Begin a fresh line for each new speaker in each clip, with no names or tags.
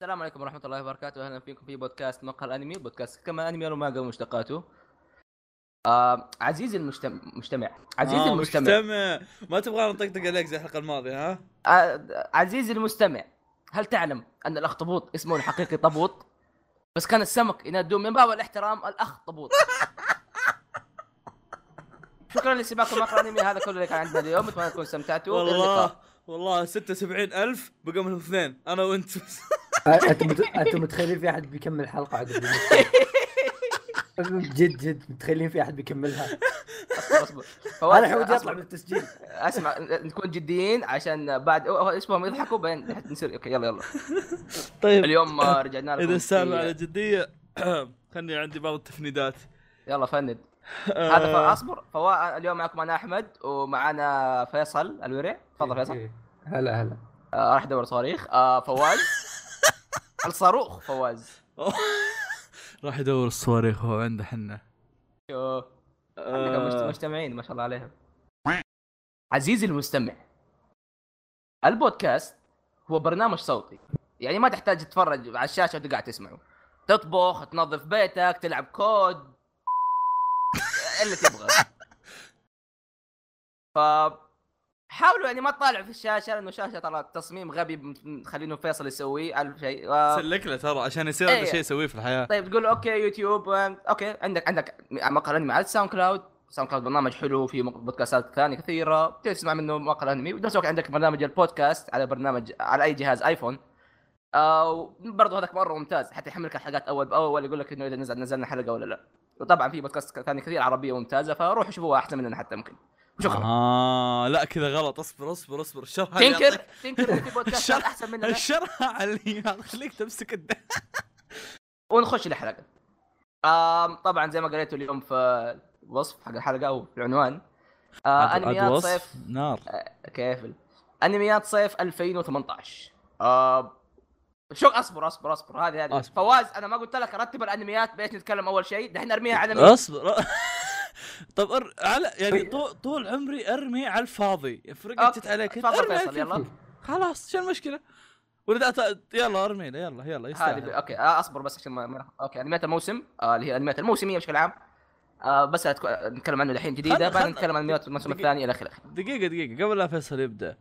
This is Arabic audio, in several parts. السلام عليكم ورحمة الله وبركاته، أهلا فيكم في بودكاست مقهى الأنمي، بودكاست كما أنمي ومانجا ومشتقاته. آه عزيزي المجتمع مجتمع عزيزي
آه،
المجتمع
مجتمع ما تبغى نطقطق عليك زي الحلقه الماضيه ها؟
آه عزيزي المستمع هل تعلم أن الأخطبوط اسمه الحقيقي طبوط؟ بس كان السمك ينادون من باب الاحترام الأخطبوط. شكرا لسماعكم مقهى الأنمي هذا كله اللي كان عندنا اليوم، أتمنى تكونوا استمتعتوا إلى اللقاء.
والله والله 76000 بقى منهم اثنين انا وانت
طيب.
انتم انتم متخيلين في احد بيكمل حلقه عقب جد جد متخيلين في احد بيكملها
أصبر أصبر. فواز،
انا الحين
أصبر.
ودي اطلع من التسجيل
اسمع نكون جديين عشان بعد أو- أو اسمهم يضحكوا بعدين نح- نصير اوكي يلا يلا
طيب
اليوم آه، رجعنا لكم
اذا السالفه
في-
على جديه خلني عندي بعض التفنيدات
يلا فند هذا ف-
آه،
اصبر فوا اليوم معكم انا احمد ومعانا فيصل الورع تفضل فيصل
إيه. هلا هلا
آه، راح ادور صواريخ آه، فواز الصاروخ فواز
راح يدور الصواريخ وهو عنده حنا
شو عندك مجت-
آه.
مجتمعين ما شاء الله عليهم عزيزي المستمع البودكاست هو برنامج صوتي يعني ما تحتاج تتفرج على الشاشه وانت قاعد تسمعه تطبخ تنظف بيتك تلعب كود اللي تبغى ف حاولوا يعني ما تطالعوا في الشاشه لانه الشاشه ترى تصميم غبي مخلينه فيصل يسويه الف شيء آه، و...
آه، سلك له ترى عشان يصير عنده
إيه.
شيء يسويه في الحياه
طيب تقول اوكي يوتيوب آه، اوكي عندك عندك مقال انمي على الساوند كلاود ساوند كلاود برنامج حلو في بودكاستات ثانيه كثيره تسمع منه مقال انمي وبنفس الوقت عندك برنامج البودكاست على برنامج على اي جهاز ايفون او برضه هذاك مره ممتاز حتى يحملك الحلقات اول باول يقول لك انه اذا نزل نزلنا حلقه ولا لا وطبعا في بودكاست ثاني كثير عربيه ممتازه فروحوا شوفوها احسن مننا حتى ممكن شكرا
اه لا كذا غلط اصبر اصبر اصبر الشرح اللي
تنكر
يعطيك-
تنكر في بودكاست
الشرح-
احسن مننا
الشرح اللي يخليك تمسك الدم
ونخش الحلقه آم طبعا زي ما قريته اليوم في الوصف حق الحلقه او في العنوان آه انميات صيف
نار
كيف انميات صيف 2018 آه شو اصبر اصبر اصبر هذه هذه
أصبر.
فواز انا ما قلت لك رتب الانميات بايش نتكلم اول شيء دحين ارميها على مين طيب.
اصبر طب أر... على يعني طول طول عمري ارمي على الفاضي فرقت
أوكي،
عليك
تفضل
ارمي على
فيصل يلا
الكيف. خلاص شو المشكله؟ ولا دعت... يلا ارمي له يلا يلا
هذه ب...
يستاهل
اوكي آه اصبر بس عشان ما... ما... اوكي انميات الموسم آه اللي هي الانميات الموسميه بشكل عام آه بس هتك... نتكلم عنه دحين جديده
خلنا-
بعدين
خلنا-
نتكلم عن انميات الموسم
دقيقة.
الثاني الى اخره
دقيقه دقيقه قبل لا فيصل يبدا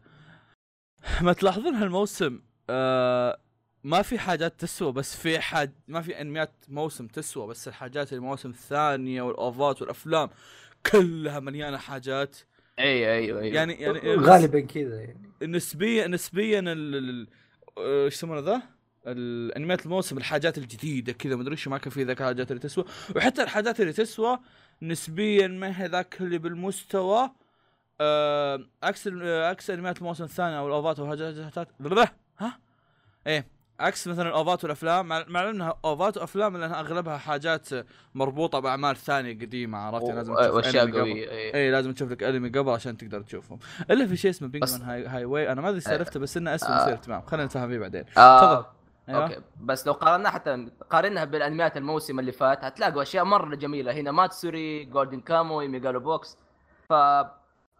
ما تلاحظون هالموسم آه... ما في حاجات تسوى بس في حاج ما في انميات موسم تسوى بس الحاجات المواسم الثانيه والاوفات والافلام كلها مليانه حاجات
ايوه ايوه ايوه
يعني يعني
غالبا كذا يعني
نسبيا نسبيا ال- ال- ال- آه، ايش يسمونه ذا؟ الانميات الموسم الحاجات الجديده كذا ما ادري شو ما كان في ذاك الحاجات اللي تسوى وحتى الحاجات اللي تسوى نسبيا ما هي ذاك اللي بالمستوى آه، عكس ال- آه، عكس انميات الموسم الثاني او الاوفات والحاجات بلبلة. ها ايه عكس مثلا الاوفات والافلام مع مع انها اوفات وافلام لانها اغلبها حاجات مربوطه باعمال ثانيه قديمه عرفت يعني لازم تشوف
واشياء
أنمي قبل. إيه.
قويه أيوة.
اي لازم تشوف لك انمي قبل عشان تقدر تشوفهم الا في شيء اسمه بينجمان
بس-
هاي, هاي واي انا ما ادري إيش سالفته بس انه اسمه
آه.
مثير اهتمام خلينا نتفاهم فيه بعدين أيوه.
آه
تفضل
اوكي بس لو قارناها حتى قارنها بالانميات الموسم اللي فات هتلاقوا اشياء مره جميله هنا ماتسوري جولدن كاموي ميجالو بوكس ف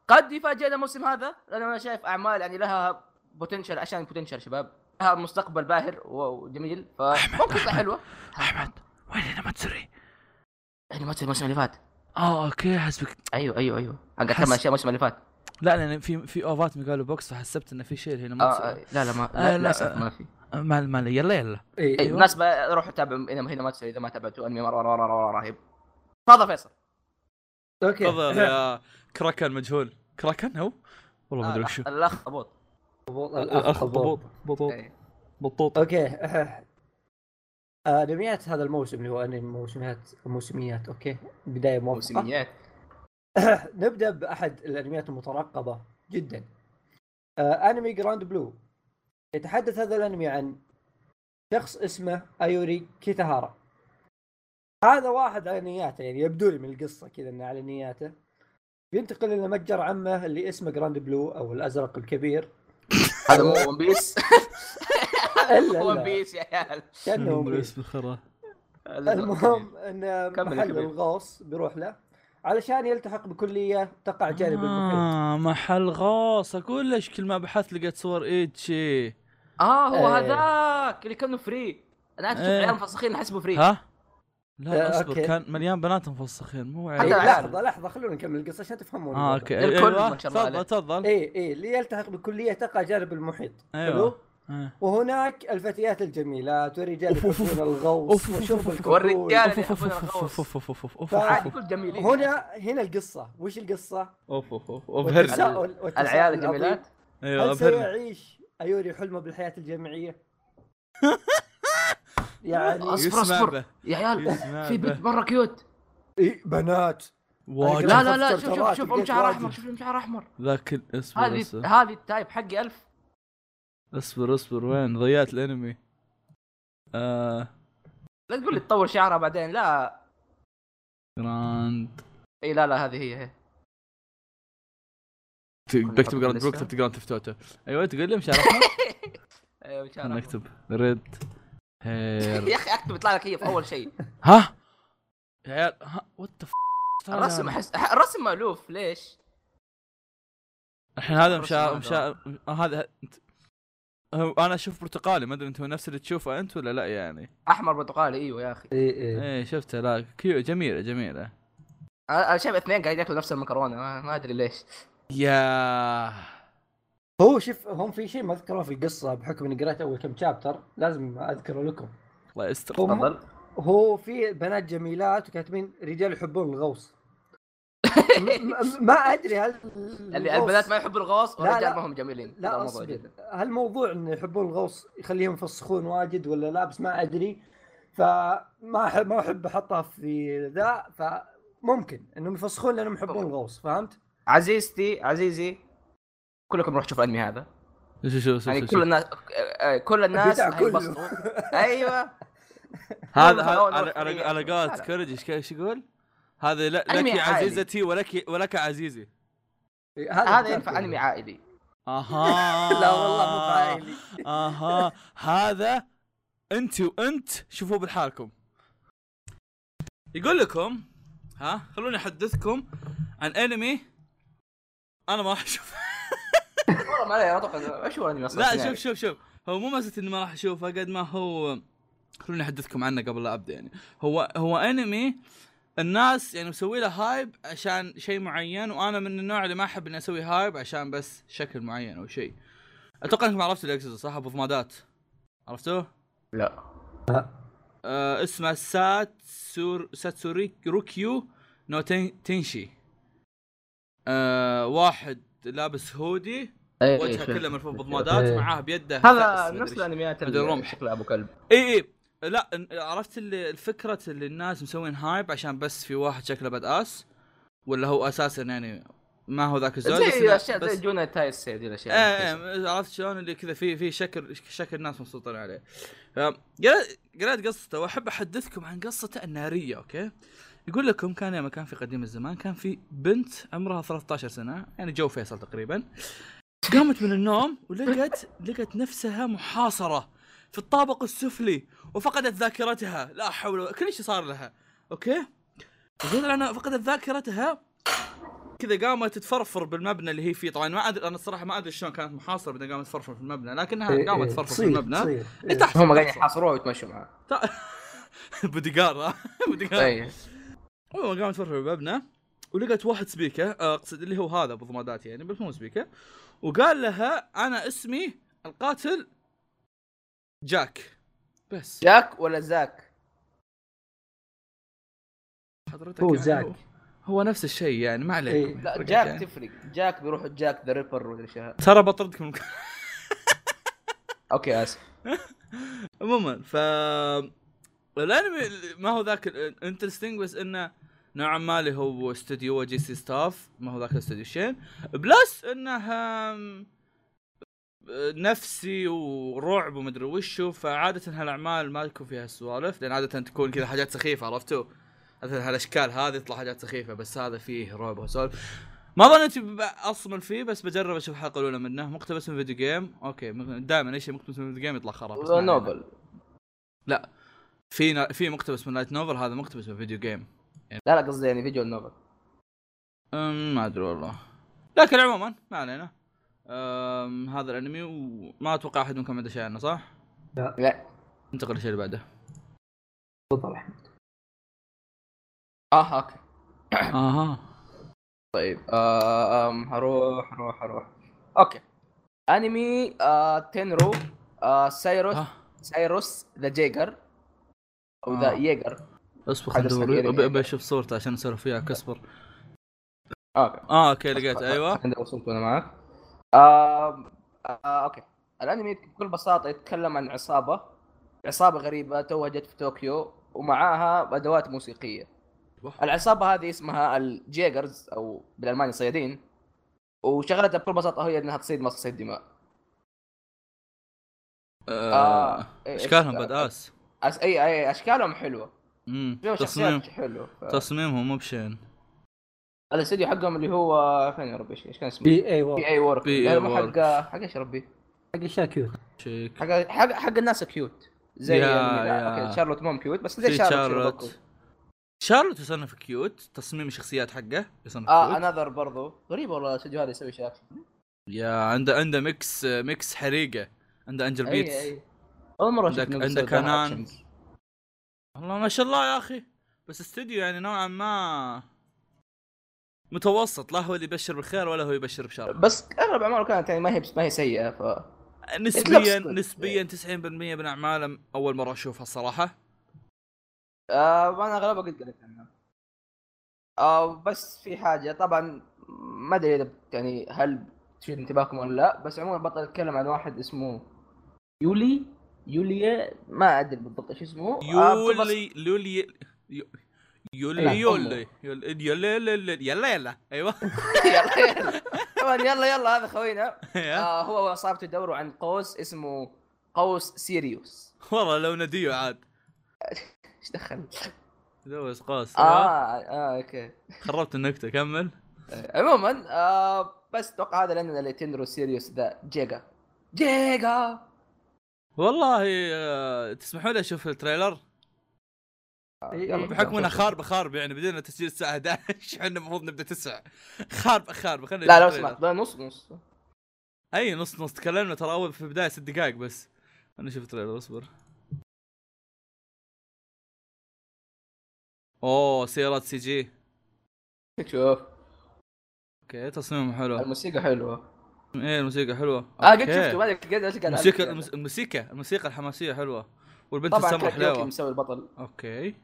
قد يفاجئنا الموسم هذا لانه انا شايف اعمال يعني لها بوتنشل عشان بوتنشل شباب لها مستقبل باهر وجميل فممكن تبقى حلوه
احمد وين هنا ما تسري
يعني ماتسوري الموسم اللي فات
اه اوكي حسبك
ايوه ايوه ايوه انا قاعد
حس-
اتكلم عن اشياء الموسم اللي فات آه،
لا لان في في اوفات ميجالو بوكس فحسبت انه في شيء هنا
آه
ما
آه،
تسري
لا لا ما
آه،
لا,
لا،
للأسف
آه. أيوه.
ما في
آه. ما ما عليه، يلا يلا
اي
اي بالمناسبه روحوا تابعوا هنا هنا ماتسوري اذا ما تابعتوا انمي مره مره مره, مرة رهيب تفضل فيصل
اوكي
تفضل يا كراكن مجهول كراكن هو والله ما
آه،
ادري وشو
الاخطبوط آه،
الاخطبوط آه، بطوط
إيه.
بطوط
اوكي انميات أه، هذا الموسم اللي هو انمي موسميات موسميات اوكي بدايه موسميات
موسميات
نبدا باحد الانميات المترقبه جدا آه، انمي جراند بلو يتحدث هذا الانمي عن شخص اسمه ايوري كيتاهارا هذا واحد على نياته يعني يبدو لي من القصه كذا انه على نياته بينتقل الى متجر عمه اللي اسمه جراند بلو او الازرق الكبير
هذا مو ون بيس
الا
ون
إلا
بيس يا عيال
كانه ون بيس.
بس بخرا
المهم ان
كمل يا
محل
كبير.
الغوص بيروح له علشان يلتحق بكليه تقع
آه.
جانب المحيط
محل غاصه كلش كل ما بحثت لقيت صور ايتشي
اه هو
إيه.
هذاك اللي كانه فري انا عاد اشوف
إيه.
عيال مفسخين احسبه فري
ها؟
آه،
لا اصبر
أوكي.
كان مليان بنات مفسخين مو
إيه،
حتى
عيب
العيال.
لحظه لحظه خلونا نكمل القصه عشان تفهمون
اه اوكي
الكل
أيوة،
ما شاء الله عليه.
تفضل تفضل
اي اي اللي يلتحق بكليه اجانب المحيط
ايوه
حلو؟
آه.
وهناك الفتيات الجميلات والرجال
أوف، أوف،
يحبون
أوف،
الغوص
أوف،
وشرب
أوف،
الكحول
والرجال
اوف اوف اوف اوف اوف اوف اوف اوف
عادي
اوف
كل جميلين
هنا هنا القصه وش القصه؟
اوف اوف اوف اوف هرجة.
والتساؤل.
والتساؤل والتساؤل
العيال
العظيم.
الجميلات
ايوه
هل
ابهرني
سيعيش ايوري حلمه بالحياه الجامعيه؟ يعني
اصبر
يسمع
اصبر
به.
يا عيال
يسمع
في
به.
بنت مره كيوت
إيه بنات
واجد
لا
قاعد
لا لا
أفكر
آه. شوف شوف
ترى
شوف
تلقيت
ام شعر
واجد.
احمر شوف ام شعر احمر
لكن اصبر
هذه
اصبر
هذه التايب حقي ألف
اصبر اصبر وين ضيعت الانمي آه
لا تقول لي تطور شعرها بعدين لا
جراند
اي لا لا هذه هي هي
ت- بكتب جراند
لسه.
بكتب جراند في تويتر ايوه تقول لي مش عارف
إيه، أم شعر
انا
أحمر.
اكتب ريد هير
يا اخي اكتب يطلع لك هي في اول شيء
ها يا عيال ها وات ذا
الرسم احس الرسم مالوف ليش؟
الحين هذا
الرسم
مشاعر
هذا.
مشاعر آه، هذا أنت- هو انا اشوف برتقالي ما ادري انت هو نفس اللي تشوفه انت ولا لا يعني
احمر برتقالي ايوه يا اخي
اي اي
ايه شفته لا كيو جميله جميله
انا أنا شايف اثنين قاعد ياكلوا نفس المكرونه ما, ما ادري ليش
يا
هو شوف هم في شيء ما ذكروه في القصه بحكم اني قريت اول كم شابتر لازم اذكره لكم
الله يستر
هم-
تفضل
هو في بنات جميلات وكاتبين رجال يحبون الغوص م- م- ما ادري هل
اللي البنات ما يحبوا الغوص
لا،
والرجال
لا.
ما هم جميلين هذا
لا
الموضوع
اصبر
جدا.
هل موضوع ان يحبون الغوص يخليهم يفسخون واجد ولا لا بس ما ادري فما أحب ما احب احطها في ذا فممكن انهم يفسخون لانهم يحبون الغوص فهمت؟
عزيزتي عزيزي كلكم روحوا شوفوا الانمي هذا
شوف شوف شوف
يعني
شوف-
كل
شوف.
الناس آه، كل الناس
البتاع كله.
هينبسطوا ايوه
هذا
والله
هذا-
أنا-
على على-
أنا-
على قولة كوريج ايش ايش يقول؟ هذا ل-
أنمي
لك
عائلي.
عزيزتي ولك ولك عزيزي
هذا ينفع انمي عائلي
اها
لا والله مو عائلي
اها هذا انت وانت شوفوه بالحالكم يقول لكم ها خلوني احدثكم عن انمي انا ما راح اشوفه
والله ما عليه اتوقع ايش هو الانمي اصلا
لا شوف شوف شوف هو مو مسألة اني ما راح اشوفه قد ما هو خلوني احدثكم عنه قبل لا ابدا يعني هو هو انمي الناس يعني مسوي له هايب عشان شيء معين وانا من النوع اللي ما احب اني اسوي هايب عشان بس شكل معين او شيء اتوقع انكم عرفتوا الاكسس صح ابو ضمادات عرفتوه؟
لا
آه اسمه ساتسور ساتسوري روكيو نو تن... تنشي آه واحد لابس هودي
أي-
وجهه
أي-
كله ملفوف بالضمادات
إيه.
معاه بيده
هذا
فأس مدري
نفس
إيش.
الانميات
مدري
اللي
رمح.
شكلها ابو كلب
اي اي لا إن- عرفت اللي الفكره اللي الناس مسوين هايب عشان بس في واحد شكله باد اس ولا هو اساسا يعني ما هو ذاك الزود بس
إيه، زي
إنه-
اشياء زي
بس-
جونا تايس هذه الاشياء
ايه ايه عرفت شلون اللي كذا في في شكل شكل ناس مبسوطين عليه أم، قريت قريت قصته واحب احدثكم عن قصته الناريه اوكي يقول لكم كان يوم كان في قديم الزمان كان في بنت عمرها 13 سنه يعني جو فيصل تقريبا قامت من النوم ولقت لقت نفسها محاصره في الطابق السفلي وفقدت ذاكرتها لا حول ولا كل شيء صار لها اوكي غير انا فقدت ذاكرتها كذا قامت تفرفر بالمبنى اللي هي فيه طبعا ما ادري انا الصراحه ما ادري شلون كانت محاصره بعدين قامت تفرفر في المبنى
إيه،
لكنها قامت تفرفر في المبنى إيه، تحت
هم قاعدين يحاصروه ويتمشوا معاه
بوديجار ها؟ بوديجار
اي
المهم قامت تفرفر بالمبنى ولقت واحد سبيكه اقصد اللي هو هذا ابو ضمادات يعني بس مو سبيكه وقال لها انا اسمي القاتل جاك بس
جاك ولا زاك؟
حضرتك
هو
يعني
زاك.
هو- هو نفس الشيء يعني ما عليك
إيه.
لا جاك تفرق جاك بيروح جاك ذا ريبر ولا شيء
ترى بطردك من
اوكي اسف
عموما ف الانمي ما هو ذاك الانترستنج بس انه نوعا ما اللي هو استوديو جي سي ستاف ما هو ذاك الاستوديو شين بلس انه آم، نفسي ورعب ومدري وشو فعاده هالاعمال ما يكون فيها سوالف لان عاده تكون كذا حاجات سخيفه عرفتوا؟ مثلا هالاشكال هذه تطلع حاجات سخيفه بس هذا فيه رعب وسوالف ما ظنيت ب- اصمل فيه بس بجرب اشوف الحلقه الاولى منه مقتبس من فيديو جيم اوكي دائما اي شيء مقتبس من فيديو جيم يطلع خراب بس ما علينا.
نوبل
في نا... في مقتبس من لايت نوفل هذا مقتبس من فيديو جيم
لا لا قصدي يعني فيديو النوبل
أم، ما ادري والله لكن عموما ما علينا آم، هذا الانمي وما اتوقع احد منكم عنده شيء عنه صح؟
لا
ننتقل للشيء اللي بعده
تفضل احمد
اه اوكي
اها
طيب آه آم، هروح هروح هروح اوكي انمي آه تنرو آه سايروس
آه.
سايروس ذا جيجر او ذا
آه.
ييجر
اصبر
حاجة
خليني
صغيرة. يعني.
أدور- أبي- ابي اشوف صورته عشان اسولف فيها كسبر
اوكي
اه اوكي لقيت ايوه
عندي وصلت وانا معك آه آه اوكي الانمي بكل بساطه يتكلم عن عصابه عصابه غريبه توها جت في طوكيو ومعاها ادوات موسيقيه العصابه هذه اسمها الجيجرز او بالالماني صيادين وشغلتها بكل بساطه هي انها تصيد مصاصين دماء
آه،
آه، إيه،
اشكالهم
إيه،
باد اس
أس... إيه، اي اي اشكالهم حلوه
مم،
فيهم
تصميم
شخصيات حلوه ف...
تصميمهم مو بشين
الاستديو حقهم اللي هو فين يا ربي ايش كان اسمه؟
بي اي
بي
وورد
اي وورك
بي
لا،
إي
مو
وورك.
حق حق ايش يا ربي؟
إيه، حق اشياء كيوت
شيك
حق حق حق الناس كيوت زي
يا-
يعني-
يا.
أوكي، شارلوت مو كيوت بس زي
في
شارلوت شيروكو.
شارلوت شارلوت يصنف كيوت تصميم الشخصيات حقه يصنف
اه
كيوت
انذر برضو غريب والله الاستوديو هذا يسوي شيء
يا عنده عنده ميكس ميكس حريقه عنده انجل
اي
بيتس
اي اول مره
عندك-
أشوف إنه
عندك
بيسوي لها
كنان.
actions.
والله ما شاء الله يا اخي بس استديو يعني نوعا ما متوسط لا هو اللي يبشر بالخير ولا هو يبشر بشر
بس اغلب اعماله كانت يعني ما هي ما هي سيئه ف
نسبيا
good.
نسبيا 90% من اعماله اول مره اشوفها الصراحه
آه انا اغلبها قد قلت عنها آه بس في حاجه طبعا ما ادري اذا بت- يعني هل تشد انتباهكم ولا لا بس عموما بطل اتكلم عن واحد اسمه يولي يوليا ما ادري بالضبط ايش اسمه آه بكل بس-
يولي لولي يو-
لا،
يولي
أمه.
يولي يولي يولي- يولي يلا يلا ايوه
يلا يلا طبعا يلا يلا هذا خوينا
يا.
آه هو واصحابته يدوروا عن قوس اسمه قوس سيريوس
والله لو نديو عاد
ايش دخل؟
دوس قوس
اه
أيوة.
اه اوكي
خربت النكته كمل
عموما آه بس اتوقع هذا لان اللي تندرو سيريوس ذا جيجا جيجا
والله آه، تسمحوا لي اشوف التريلر إيه،
يلا.
بحكم انها خاربه خاربه يعني بدينا تسجيل الساعه 11 احنا المفروض نبدا 9 خاربه خاربه خلينا
لا لو
نشوف التريلر.
سمحت لا، نص نص
اي نص نص تكلمنا ترى اول في البدايه ست دقائق بس انا شفت التريلر اصبر اوه سيارات سي جي
شوف
اوكي تصميمهم حلو
الموسيقى حلوه
ايه الموسيقى حلوه
اه قد
أوكي.
شفته ما ادري قد ايش قال
الموسيقى
عليه.
المس- الموسيقى الموسيقى الحماسيه حلوه والبنت
طبعا
السمراء
كايوكي
حلوه
مسوي البطل
اوكي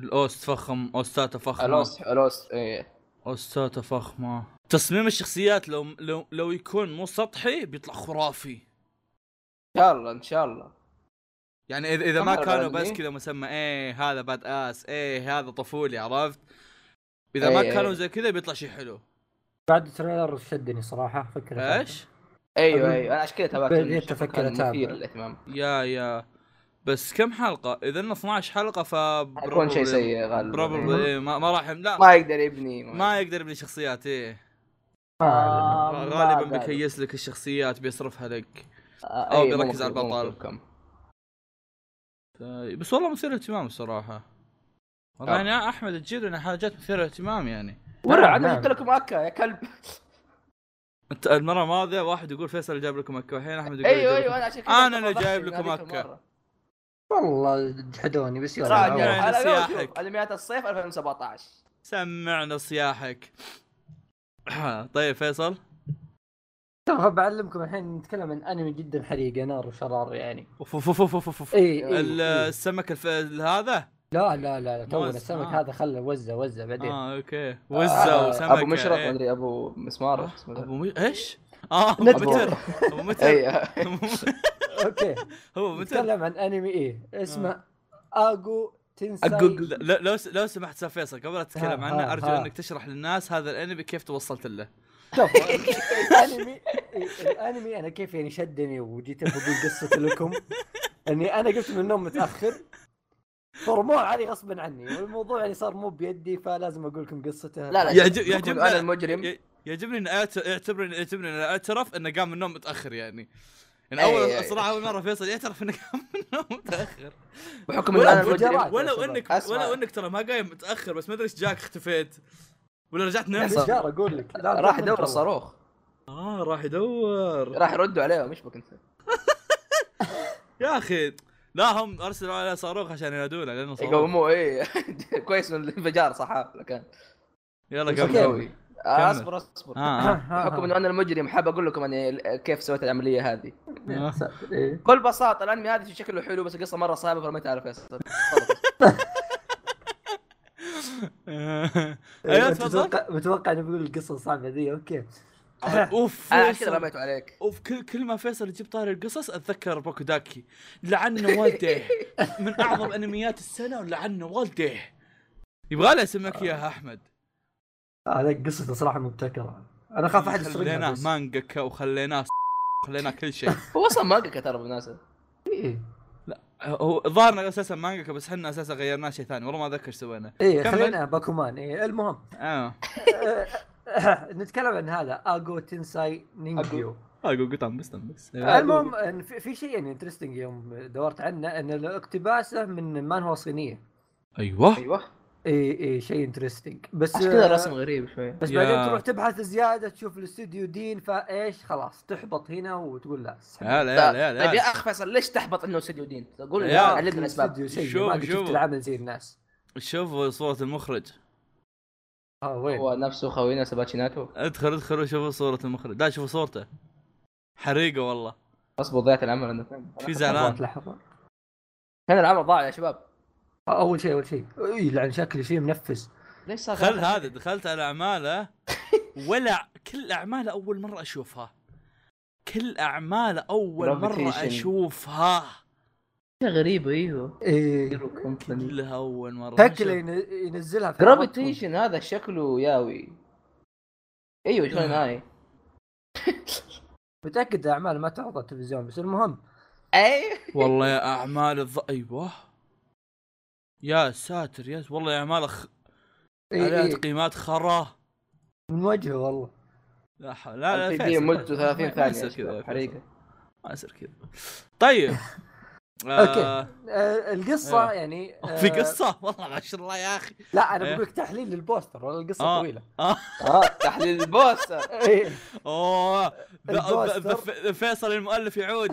الاوست فخم اوستاته فخمه
الوس الوس ايه
اوستاته فخمه تصميم الشخصيات لو لو لو يكون مو سطحي بيطلع خرافي
ان شاء الله ان شاء الله
يعني اذا اذا ما
طبعاً
كانوا
الأنمي.
بس كذا مسمى ايه هذا باد اس ايه هذا طفولي عرفت اذا ما
إيه،
كانوا
إيه.
زي كذا بيطلع شيء حلو
بعد التريلر شدني صراحه فكره
ايش
ايوه
أبي-
ايوه انا عشان كذا
بديت
تابعت
أفكر
كان
أتابع.
مثير للاهتمام
يا يا بس كم حلقه اذا إنه 12 حلقه ف
حيكون شيء سيء غالبا
بروبلي ما, ما راح لا
ما يقدر يبني
ما يقدر يبني شخصيات ايه
آه، ما
غالبا
قالوا.
بيكيس لك الشخصيات بيصرفها لك
آه،
أو
أي،
بيركز
ممكن-
على البطل.
ممكن.
آه، بس والله مثير اهتمام الصراحه والله
آه.
يعني يا احمد تجيب لنا حاجات مثيره اهتمام يعني
ورع انا
نعم.
جبت لكم اكا يا كلب
انت المره الماضيه واحد يقول فيصل جاب لكم مكه والحين احمد يقول
أيوة،
ايوه
جاب
ايوه
لكم-
انا عشان
أنا اللي جايب لكم أكا.
والله جحدوني بس
راجع.
يلا
يعني
راجع
سياحك.
شوف انميات الصيف 2017
سمعنا صياحك طيب فيصل
ترى بعلمكم الحين نتكلم عن انمي جدا حريقه نار وشرار يعني
اوف اوف اوف اوف اوف
اي اي
ال-
إي.
السمك الف... هذا
لا لا لا لا، تونا
موز.
السمك
آه.
هذا خله وزه وزه بعدين
اه اوكي وزه
آه،
وسمك
ابو مشرف
إيه.
ادري ابو مسمار اسمه ذا.
ابو مش... ايش؟ اه ابو
ندري. أيوة.
متر ابو متر
اي
اوكي
هو متر
نتكلم عن انمي ايه اسمه
آه.
اجو تنساي
لا- لو س- لو سمحت استاذ فيصل قبل لا تتكلم
ها،
عنه
ها،
ارجو
ها.
انك تشرح للناس هذا الانمي كيف توصلت له
شوف الانمي الانمي انا كيف يعني شدني وجيت بقول قصته لكم اني انا قمت من النوم متاخر فرموه علي غصبا عني والموضوع يعني صار مو بيدي فلازم اقول لكم قصته
لا لا
يعجب-
يعجبني
يعجبني
انا
أنا-
المجرم
ي- يعجبني ان اعتبرني يعجبني ان اعترف انه قام من النوم متاخر يعني يعني
أي-
اول
أي.
الصراحه اول مره فيصل يعترف انه قام من النوم متاخر
بحكم ان
ولا
انا
فجرات.
المجرم
ولو
شباب.
انك
أسمع.
ولو انك ترى ما قايم متاخر بس ما ادري ايش جاك اختفيت ولا رجعت نمت
صار.
بالشجار اقول لك لا
راح
تؤمن
يدور
تروح.
الصاروخ
اه راح يدور
راح يردوا عليهم ايش بك انت؟
يا اخي لا هم ارسلوا على صاروخ عشان ينادونه لانه صاروخ
يقوموه اي كويس ان الانفجار صحاب كان
يلا
أوكي.
قبل
قوي آه، اصبر اصبر
آه.
بحكم انه انا المجرم حاب اقول لكم انا كيف سويت العمليه هذه
آه.
إيه.
بكل بساطه الانمي هذا شكله حلو بس القصه مره صعبه فما تعرف يصير
إيه،
ايوه تفضل
متوقع متوقع انه بيقول القصه الصعبه ذي اوكي
اوف
انا عشان آه، كذا
فيصل.
رميته عليك
اوف كل كل ما فيصل يجيب طاري القصص اتذكر بوكوداكي لعن والده من اعظم انميات السنه ولعن والده يبغى لي اسمك اياها احمد
هذا قصته صراحه مبتكره انا اخاف احد يسرقها
خليناه
بس.
مانجاكا وخليناه س- خليناه كل شيء
هو اصلا مانجا ترى بالمناسبه
إيه.
هو ظهرنا اساسا مانجاكا بس احنا اساسا غيرناه شيء ثاني والله ما اتذكر ايش سوينا
ايه
كمل.
خلينا باكومان ايه المهم آه،
اه
نتكلم عن هذا اجو تنساي نينجيو آه،
اقول آه، قطع بس بس
المهم إن في في شيء يعني انترستنج يوم دورت عنه ان اقتباسه من مانهوا صينيه
ايوه
ايوه
اي اي إيه، شيء انترستنج بس
عشان كذا
آه،
الرسم غريب شوي
بس
يا.
بعدين تروح تبحث زياده تشوف الاستوديو دين فايش خلاص تحبط هنا وتقول لا اسحب.
يلا
طيب
يلا يلا
يا
يلا
اخ فيصل ليش تحبط انه استوديو دين؟ قول
يا
لي
أخي،
علمنا الاسباب
الاستوديو سيء،
شوف-
ما قد
شوف.
شفت العمل زي الناس
شوفوا صورة المخرج
اه وين
هو نفسه خوينا سباتشيناتو
ادخل ادخل وشوفوا صورة المخرج لا شوفوا صورته حريقة والله
اصبر ضيعت العمل انا
في
لحظات
زعلان
لحظه
كان العمل ضاع يا شباب
آه، اول شيء اول شيء إي، يلعن شكلي شيء منفس
ليش صار
خل هذا دخلت على اعماله ولا كل اعماله اول مره اشوفها كل اعماله اول مره
Gravitation.
اشوفها
غريبه ايوه
إيه.
كلها اول مره
شكله
ما شف-
ين- ينزلها في
جرافيتيشن هذا شكله ياوي ايوه شلون هاي
متاكد اعمال ما تعرض على التلفزيون بس المهم
اي
والله يا اعمال الض... ايوه يا ساتر يا س- والله يا اعمال خ...
إيه
عليها
إيه
تقييمات خرا
من وجهه والله
لا حول لا لا
الفيديو
فيصل،
مدته 30
ما
ثانيه
يصير كذا يا
كذا
فيصل.
حريقه
ما يصير كذا طيب آه،
آه القصه
أيوه.
يعني آه
في قصه والله ما شاء الله يا اخي
لا انا
إيه.
بقول لك تحليل للبوستر والله القصه
آه.
طويله
اه تحليل البوستر
إيه.
اوه ذا- ذا- ذا-
البوستر.
فيصل المؤلف يعود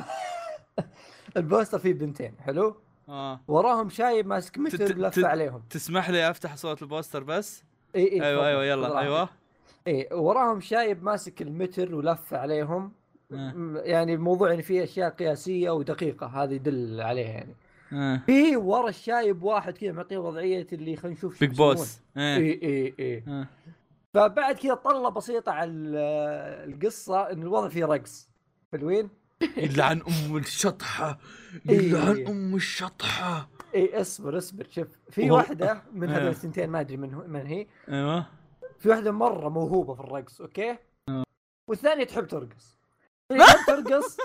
البوستر فيه بنتين حلو
اه
وراهم شايب ماسك
تت-
متر
تت-
لفه عليهم إيه،
تسمح لي افتح صوت البوستر بس
اي اي
ايوه ايوه يلا ايوه
اي إيه، وراهم شايب ماسك المتر ولف عليهم
آه.
م- يعني الموضوع ان فيه اشياء قياسيه ودقيقه هذا يدل عليها يعني
آه.
في ورا الشايب واحد كذا معطيه وضعيه اللي خلينا نشوف شو
بيج بوس
يسمونه.
إيه.
اي اي اي
آه.
فبعد كذا طله بسيطه على ال- القصه ان الوضع فيه رقص حلوين
يلعن ام الشطحه
إيه.
يلعن ام الشطحه
اي إيه، اصبر اصبر شوف في
والله.
واحده من
آه.
هذول الثنتين ما ادري من هو- من هي
ايوه
في واحده مره موهوبه في الرقص اوكي
آه.
والثانيه تحب ترقص اللي تحب ترقص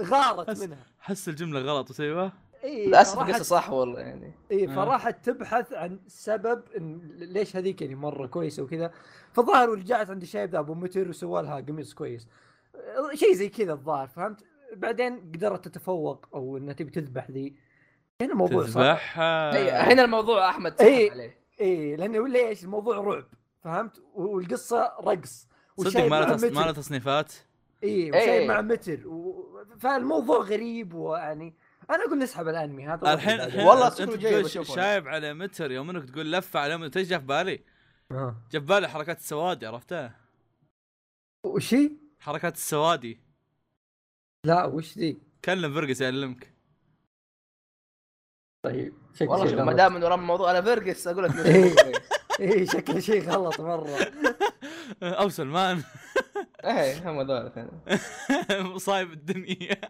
غارت
بس.
منها
حس الجمله غلط بس ايوه
اي
للاسف
إيه، فراحت-
القصه صح والله يعني
اي
آه.
فراحت تبحث عن سبب إن ليش هذيك يعني مره كويسه وكذا فالظاهر ورجعت عند الشايب ذا ابو متر وسوى لها قميص كويس آه، شيء زي كذا الظاهر فهمت بعدين قدرت تتفوق او انها تبي تذبح ذي كان الموضوع صعب
تذبحها
هي- هنا الموضوع احمد سحب
إيه.
عليه
اي لانه ليش الموضوع رعب فهمت والقصه رقص
صدق ما له تص- ما له
متر
تصنيفات
اي
إيه.
وشايب مع متر و... فالموضوع غريب ويعني انا اقول نسحب الانمي هذا
الحين الحين
والله
أنت
شكله
تقول
جاي
ش-
بشوفه.
شايب على متر يوم انك تقول لفه على متر ايش جا في بالي؟
آه.
جا في بالي حركات السوادي عرفتها؟
وشي
حركات السوادي
لا وش ذي
كلم فرقس يعلمك
طيب
والله
شيء
شوف ما
غلط.
دام انه رمى الموضوع على فيرجس اقول لك
إيه. ايه شكله شيء غلط مره
او أه، سلمان
ايه هم هذول كانوا.
مصايب الدنيا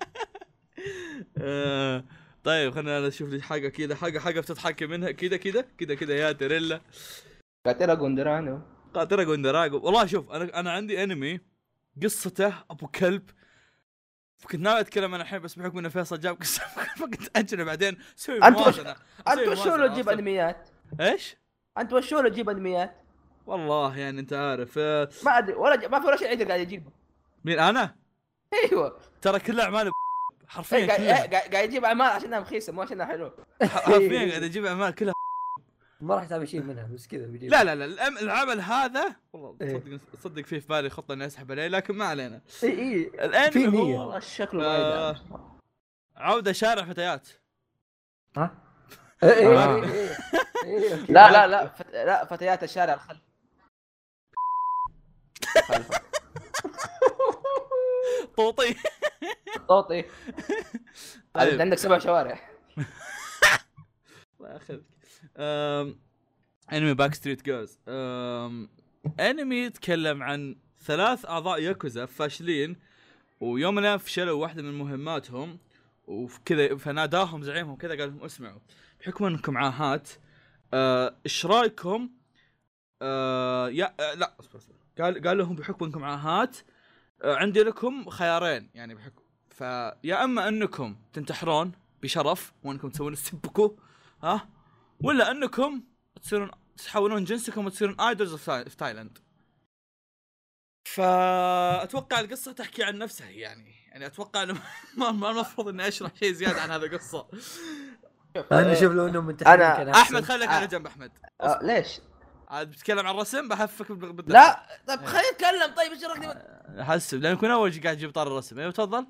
آه، طيب خلينا انا اشوف لي حاجه كذا حاجه حاجه بتضحكي منها كذا كذا كذا كذا يا تريلا
قاتلة جوندرانو
قاتل جوندراجو والله شوف انا انا عندي انمي قصته ابو كلب كنت ناوي اتكلم انا الحين بس بحكم ان فيصل جاب قصه فكنت اجله بعدين سوي
أنت وش-
موازنه أسوي
انت وشو
موازنة،
له تجيب
عرفت؟
انميات؟
ايش؟
انت وشو له تجيب انميات؟
والله يعني انت عارف آه،
ما ادري ولا ج- ما في ولا شيء عندك قاعد يجيبه
مين انا؟
ايوه
ترى كل اعمالي حرفيا
إيه، قاعد
كلها
إيه، قاعد قاعد يجيب اعمال عشانها رخيصه مو عشانها حلوه
حرفيا قاعد اجيب اعمال كلها
ما راح تعمل شيء منها بس كذا بيجيب
لا لا لا الأم- العمل هذا والله
إيه.
تصدق تصدق فيه في بالي خطه اني اسحب عليه لكن ما علينا
اي
آه.
اي في
الان
نية.
هو
شكله
آه.
يعني.
عوده شارع فتيات
ها؟
إي- إي-
آه.
إي- إي- إي.
لا لا لا فت... لا فتيات الشارع الخلف
طوطي
طوطي
طيب.
انت عندك سبع شوارع
الله ياخذك أم، انمي باك ستريت جيرلز انمي يتكلم عن ثلاث اعضاء ياكوزا فاشلين ويوم من الأيام فشلوا واحده من مهماتهم وكذا فناداهم زعيمهم كذا قال لهم اسمعوا بحكم انكم عاهات آه، ايش رايكم آه، يا آه، لا اصبر اصبر قال قال لهم بحكم انكم عاهات آه، عندي لكم خيارين يعني بحكم فيا اما انكم تنتحرون بشرف وانكم تسوون السبكو ها ولا انكم تصيرون تحولون جنسكم وتصيرون ايدولز في تايلاند فاتوقع القصه تحكي عن نفسها يعني يعني اتوقع انه ما ما المفروض اني اشرح شيء زياده عن هذا القصه
انا شوف لو انهم منتحرين
أنا-
كان أحسن.
احمد خليك على جنب احمد
آه، ليش؟
عاد بتتكلم عن الرسم بحفك بال- بال-
لا طيب خلينا نتكلم طيب ايش رأيك؟
حسب لان كنا اول شيء قاعد تجيب طار الرسم ايوه تفضل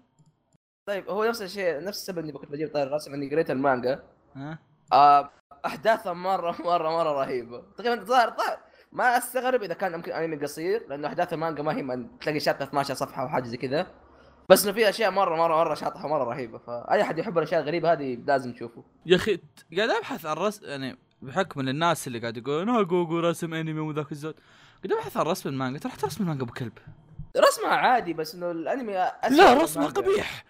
طيب هو نفس الشيء نفس السبب اني كنت بجيب طاري الرسم اني يعني قريت المانجا
ها
آه، احداثها مره مره مره رهيبه تقريبا ظاهر ظاهر ما استغرب اذا كان يمكن انمي قصير لانه احداث المانجا ما هي من تلاقي شابتر 12 صفحه وحاجه زي كذا بس انه في اشياء مره مره مره شاطحه مره رهيبه فاي احد يحب الاشياء الغريبه هذه لازم تشوفه
يا اخي ت- قاعد ابحث عن رسم يعني بحكم ان الناس اللي قاعد يقولون ها جوجو رسم انمي وذاك الزود قاعد ابحث عن رسم المانجا ترى حتى رسم المانجا ابو كلب
رسمها عادي بس انه الانمي أسوأ
لا
من
رسمه
المانجا.
قبيح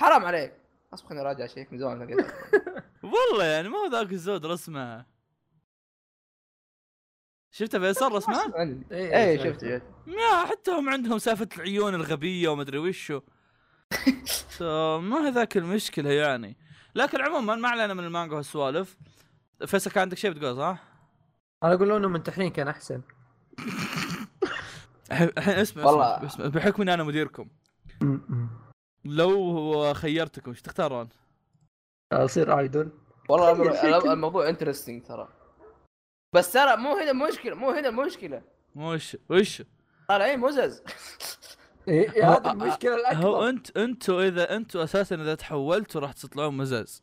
حرام
حرام عليك اصبر خليني اراجع شيء من زمان ما لقيته.
والله يعني ما هو ذاك الزود رسمه شفته فيصل رسمه؟
عندي.
إي-
ايه شفت شفت
يا حتى هم عندهم سالفه العيون الغبيه ومدري وشو So، ما هي ذاك المشكله يعني لكن عموما ما علينا من المانجا والسوالف فيصل كان عندك شيء بتقول صح؟
انا اقول لو انهم منتحرين كان احسن
الحين الحين اسمع
والله.
اسمع- اسمع بحكم اني انا مديركم لو خيرتكم ايش تختارون؟
آه،
اصير ايدول
والله
تخيل
الأمر-
شيء كذا.
الموضوع انترستنج ترى بس ترى مو هنا المشكله مو هنا المشكله
وش وش
طالعين مزز
إيه
هو-
هذه المشكله
هو
الاكبر
انت انتوا اذا انتوا اساسا اذا تحولتوا راح تطلعون مزاز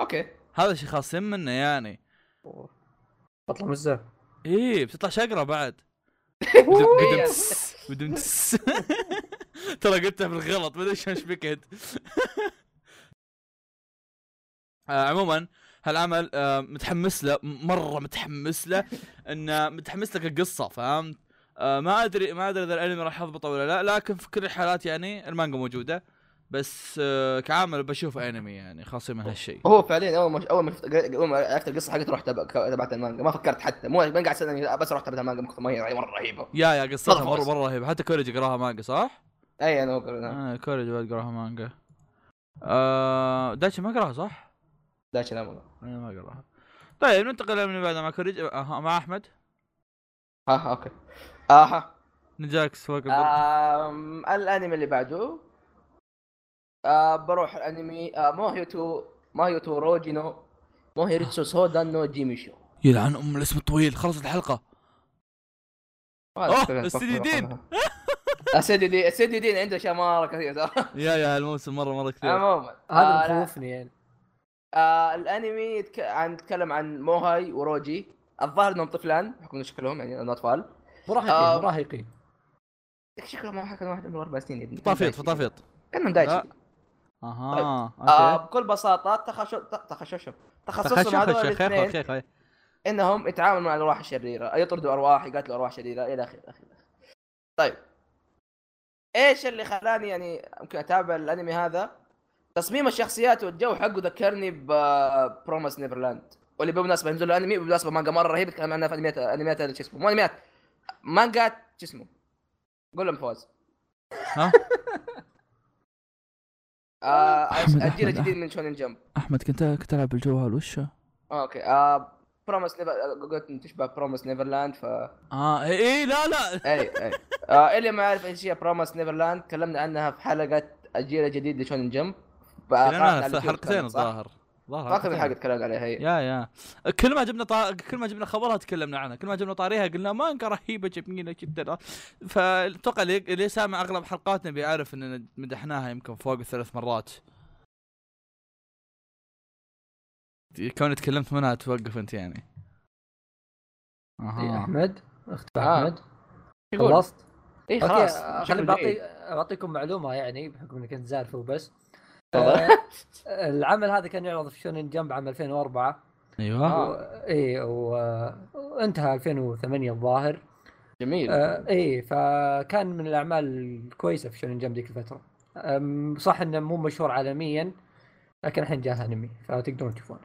اوكي
هذا شيء خاصين منه يعني
بطلع مزاف
ايه بتطلع شقره بعد
إيه.
بدم تس- بدم تس. ترى قلتها بالغلط ما ادري شلون شبكت آه، عموما هالعمل آه، متحمس له م- مره متحمس له انه متحمس لك القصه فهمت آه، ما ادري ما ادري اذا الانمي راح يضبطه ولا لا لكن في كل الحالات يعني المانجا موجوده بس آه، كعامل بشوف انمي يعني خاصين من هالشيء
هو فعليا اول ما اول ما شفت اول ما عرفت القصه حقت رحت أبقى- تبعت المانجا ما فكرت حتى مو ما قاعد استنى بس رحت تبعت المانجا من كثر ما هي مره رهيبه
يا يا قصتها
تفضل.
مره مره رهيبه حتى كوريج يقراها مانجا صح؟
اي انا أقول
آه كوريج بعد يقراها مانجا آه دايتشي ما قراها صح؟
لا شيء لا
انا ما اقراها طيب ننتقل للي بعده مع كوريج أه مع احمد
ها اوكي اها
نجاكس فوق
آه.
البرد
آم، الانمي اللي بعده آه بروح الانمي آه ماهيوتو ماهيوتو روجينو ماهيريتسو سودان نو جيميشو
يلعن ام الاسم الطويل خلصت الحلقه أوه، السيدي دين.
السيدي آه، دين السيدي دين عنده اشياء مره كثير ترى
يا يا هالموسم مره مره كثير
عموما
هذا
آه، لا.
مخوفني يعني
آه الانمي يتك... عن يتكلم عن موهاي وروجي الظاهر انهم طفلان بحكم إن شكلهم يعني انهم اطفال آه.
مراهقين مراهقين
شكلهم ما كان واحد عمره اربع سنين يا ابني
فطافيط فطافيط طيب.
كانهم دايتشي
لا. اها
آه
أوكي.
بكل بساطه تخشو... تخششهم
تخشخش
تخصصهم هذول
يا خيخ يا
الاثنين
خيخ يا-
انهم يتعاملوا مع الارواح الشريره يطردوا ارواح يقاتلوا ارواح شريره الى اخره الى اخره طيب ايش اللي خلاني يعني يمكن اتابع الانمي هذا تصميم الشخصيات والجو حقه ذكرني ببرومس نيفرلاند واللي بالمناسبه نزل الانمي بالمناسبه مانجا مره رهيب تكلم عنها في انميات انميات شو اسمه مو انميات مانجات شو اسمه قول لهم فوز
ها؟
آه
أحمد،
الجيل
أحمد،
الجديد من شونين جمب
احمد كنت كنت العب بالجوال وش
اوكي آه برومس نيفر قلت إن تشبه برومس نيفرلاند ف
اه اي إي، لا لا
اي اي آه اللي ما يعرف ايش هي برومس نيفرلاند تكلمنا عنها في حلقه الجيل الجديد لشونن جمب آه،
أنا في حلقتين الظاهر ظهر
اخر حاجه تكلمنا عليها هي
يا يا كل ما جبنا طا... كل ما جبنا خبرها تكلمنا عنها كل ما جبنا طاريها قلنا مانجا رهيبه جميله جدا فاتوقع اللي... اللي سامع اغلب حلقاتنا بيعرف اننا مدحناها يمكن فوق الثلاث مرات كوني تكلمت منها توقف انت يعني
إيه،
اها
احمد اختفى
آه.
احمد
يقول؟
خلصت
اي
أوكي،
إيه، خلاص شكله
آه، خليني بعطي
جيد.
بعطيكم معلومه يعني بحكم اني كنت زارفه وبس
تفضل.
آه، العمل هذا كان يعرض في شونين جمب عام 2004
ايوه
آه.
و... اي و... وانتهى 2008 الظاهر
جميل
آه اي فكان من الاعمال الكويسه في شونين جمب ذيك الفتره أم، صح انه مو مشهور عالميا لكن الحين جاه انمي فتقدرون تشوفونه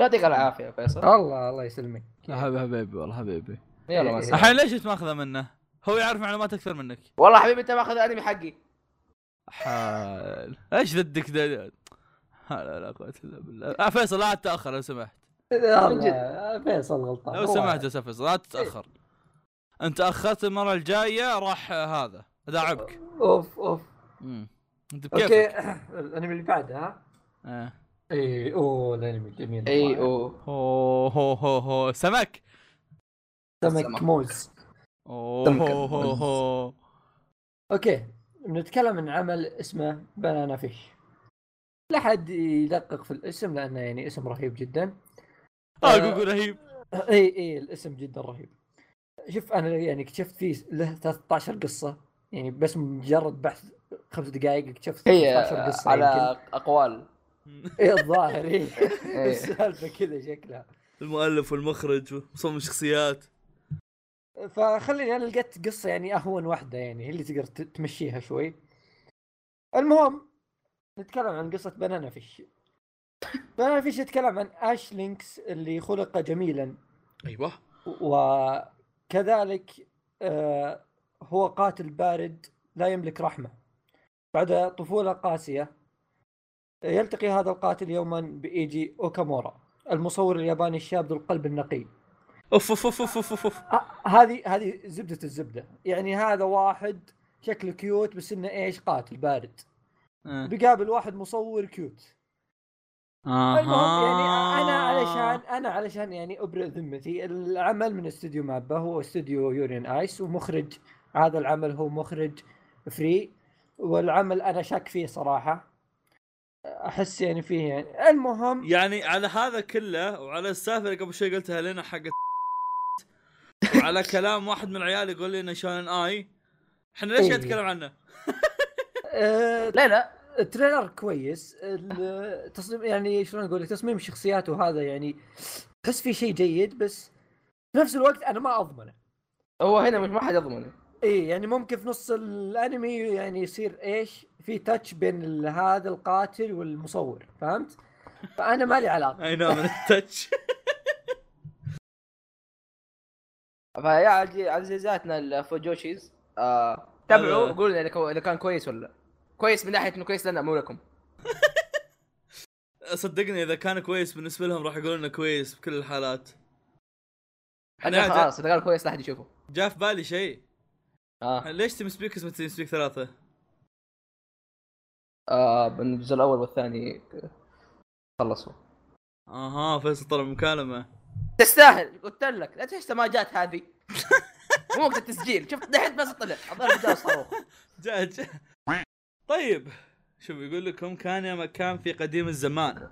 يعطيك العافيه يا فيصل
الله الله يسلمك
لا حبيبي حبيبي والله حبيبي
يلا مع السلامه
الحين ليش أنت ماخذه منه؟ هو يعرف معلومات اكثر منك
والله حبيبي انت ماخذ الانمي حقي
حال ايش ذدك ده لا لا لا قوة الا بالله آه، فيصل لا تتاخر لو سمحت
الله فيصل غلطان
لو
هو-
سمحت يا أستاذ فيصل لا
إيه.
تتاخر انت اخرت المره الجايه راح آه، هذا اداعبك
اوف اوف
مم. انت
اوكي
بكيفك
الانمي اللي بعده ها
آه.
اي اوه الانمي جميل
اي
والله.
اوه
هو هو هو هو سمك
سمك
سمك.
موز
أوه،
سمك.
هو هو هو
اوكي بنتكلم عن عمل اسمه بنانا فيش لا حد يدقق في الاسم لانه يعني اسم رهيب جدا آه.
اه جوجو رهيب
اي اي إيه، الاسم جدا رهيب شوف انا يعني اكتشفت فيه له 13 قصه يعني بس مجرد بحث خمس دقائق اكتشفت
هي
13 قصه
على
على
اقوال
اي الظاهر اي
إيه.
السالفه كذا شكلها
المؤلف والمخرج ومصمم الشخصيات
فخليني انا لقيت قصه يعني اهون واحده يعني هي اللي تقدر ت- تمشيها شوي المهم نتكلم عن قصه بنانا فيش بنانا فيش يتكلم عن اش لينكس اللي خلق جميلا
ايوه
وكذلك آه، هو قاتل بارد لا يملك رحمة بعد طفولة قاسية يلتقي هذا القاتل يوما بإيجي أوكامورا المصور الياباني الشاب ذو القلب النقي
اوف اوف اوف اوف اوف أوف.
ه- آه، هذه هذه زبدة الزبدة يعني هذا واحد شكله كيوت بس انه ايش قاتل بارد
آه.
بيقابل واحد مصور كيوت المهم يعني انا علشان انا علشان يعني ابرئ ذمتي العمل من استوديو مابا هو استوديو يورين ايس ومخرج هذا العمل هو مخرج فري والعمل انا شاك فيه صراحه احس يعني فيه يعني المهم
يعني على هذا كله وعلى السالفه اللي قبل شوي قلتها لنا حقت وعلى كلام واحد من العيال يقول لنا شونن اي احنا ليش قاعد نتكلم عنه؟
آه،
لا لا
التريلر كويس التصميم يعني شلون اقول لك تصميم الشخصيات وهذا يعني تحس فيه شيء جيد بس في نفس الوقت انا ما اضمنه
هو هنا مش ما حد يضمنه
ايه يعني ممكن في نص الانمي يعني يصير ايش في تاتش بين ال- هذا القاتل والمصور فهمت فانا مالي علاقه
اي نو من التاتش
فيا عزي- عزيزاتنا الفوجوشيز آه تابعوا
هذا-
قولوا لنا إذا كو- اذا كان كويس ولا لا. كويس من ناحيه انه كويس لنا مو لكم
صدقني اذا كان كويس بالنسبه لهم راح يقولون انه كويس بكل الحالات
انا
إحنا
خلاص اذا كان كويس لا احد يشوفه
جاء في بالي شيء
اه,
ليش تيم سبيك اسمه تيم سبيك ثلاثه؟
آه من الجزء الاول والثاني خلصوا
اها فيصل طلع مكالمه
تستاهل قلت لك لا تحس سماجات هذه مو وقت التسجيل شفت دحين بس طلع الظاهر بدأ الصاروخ
جاء جاء طيب شوف يقول لكم كان يا مكان في قديم الزمان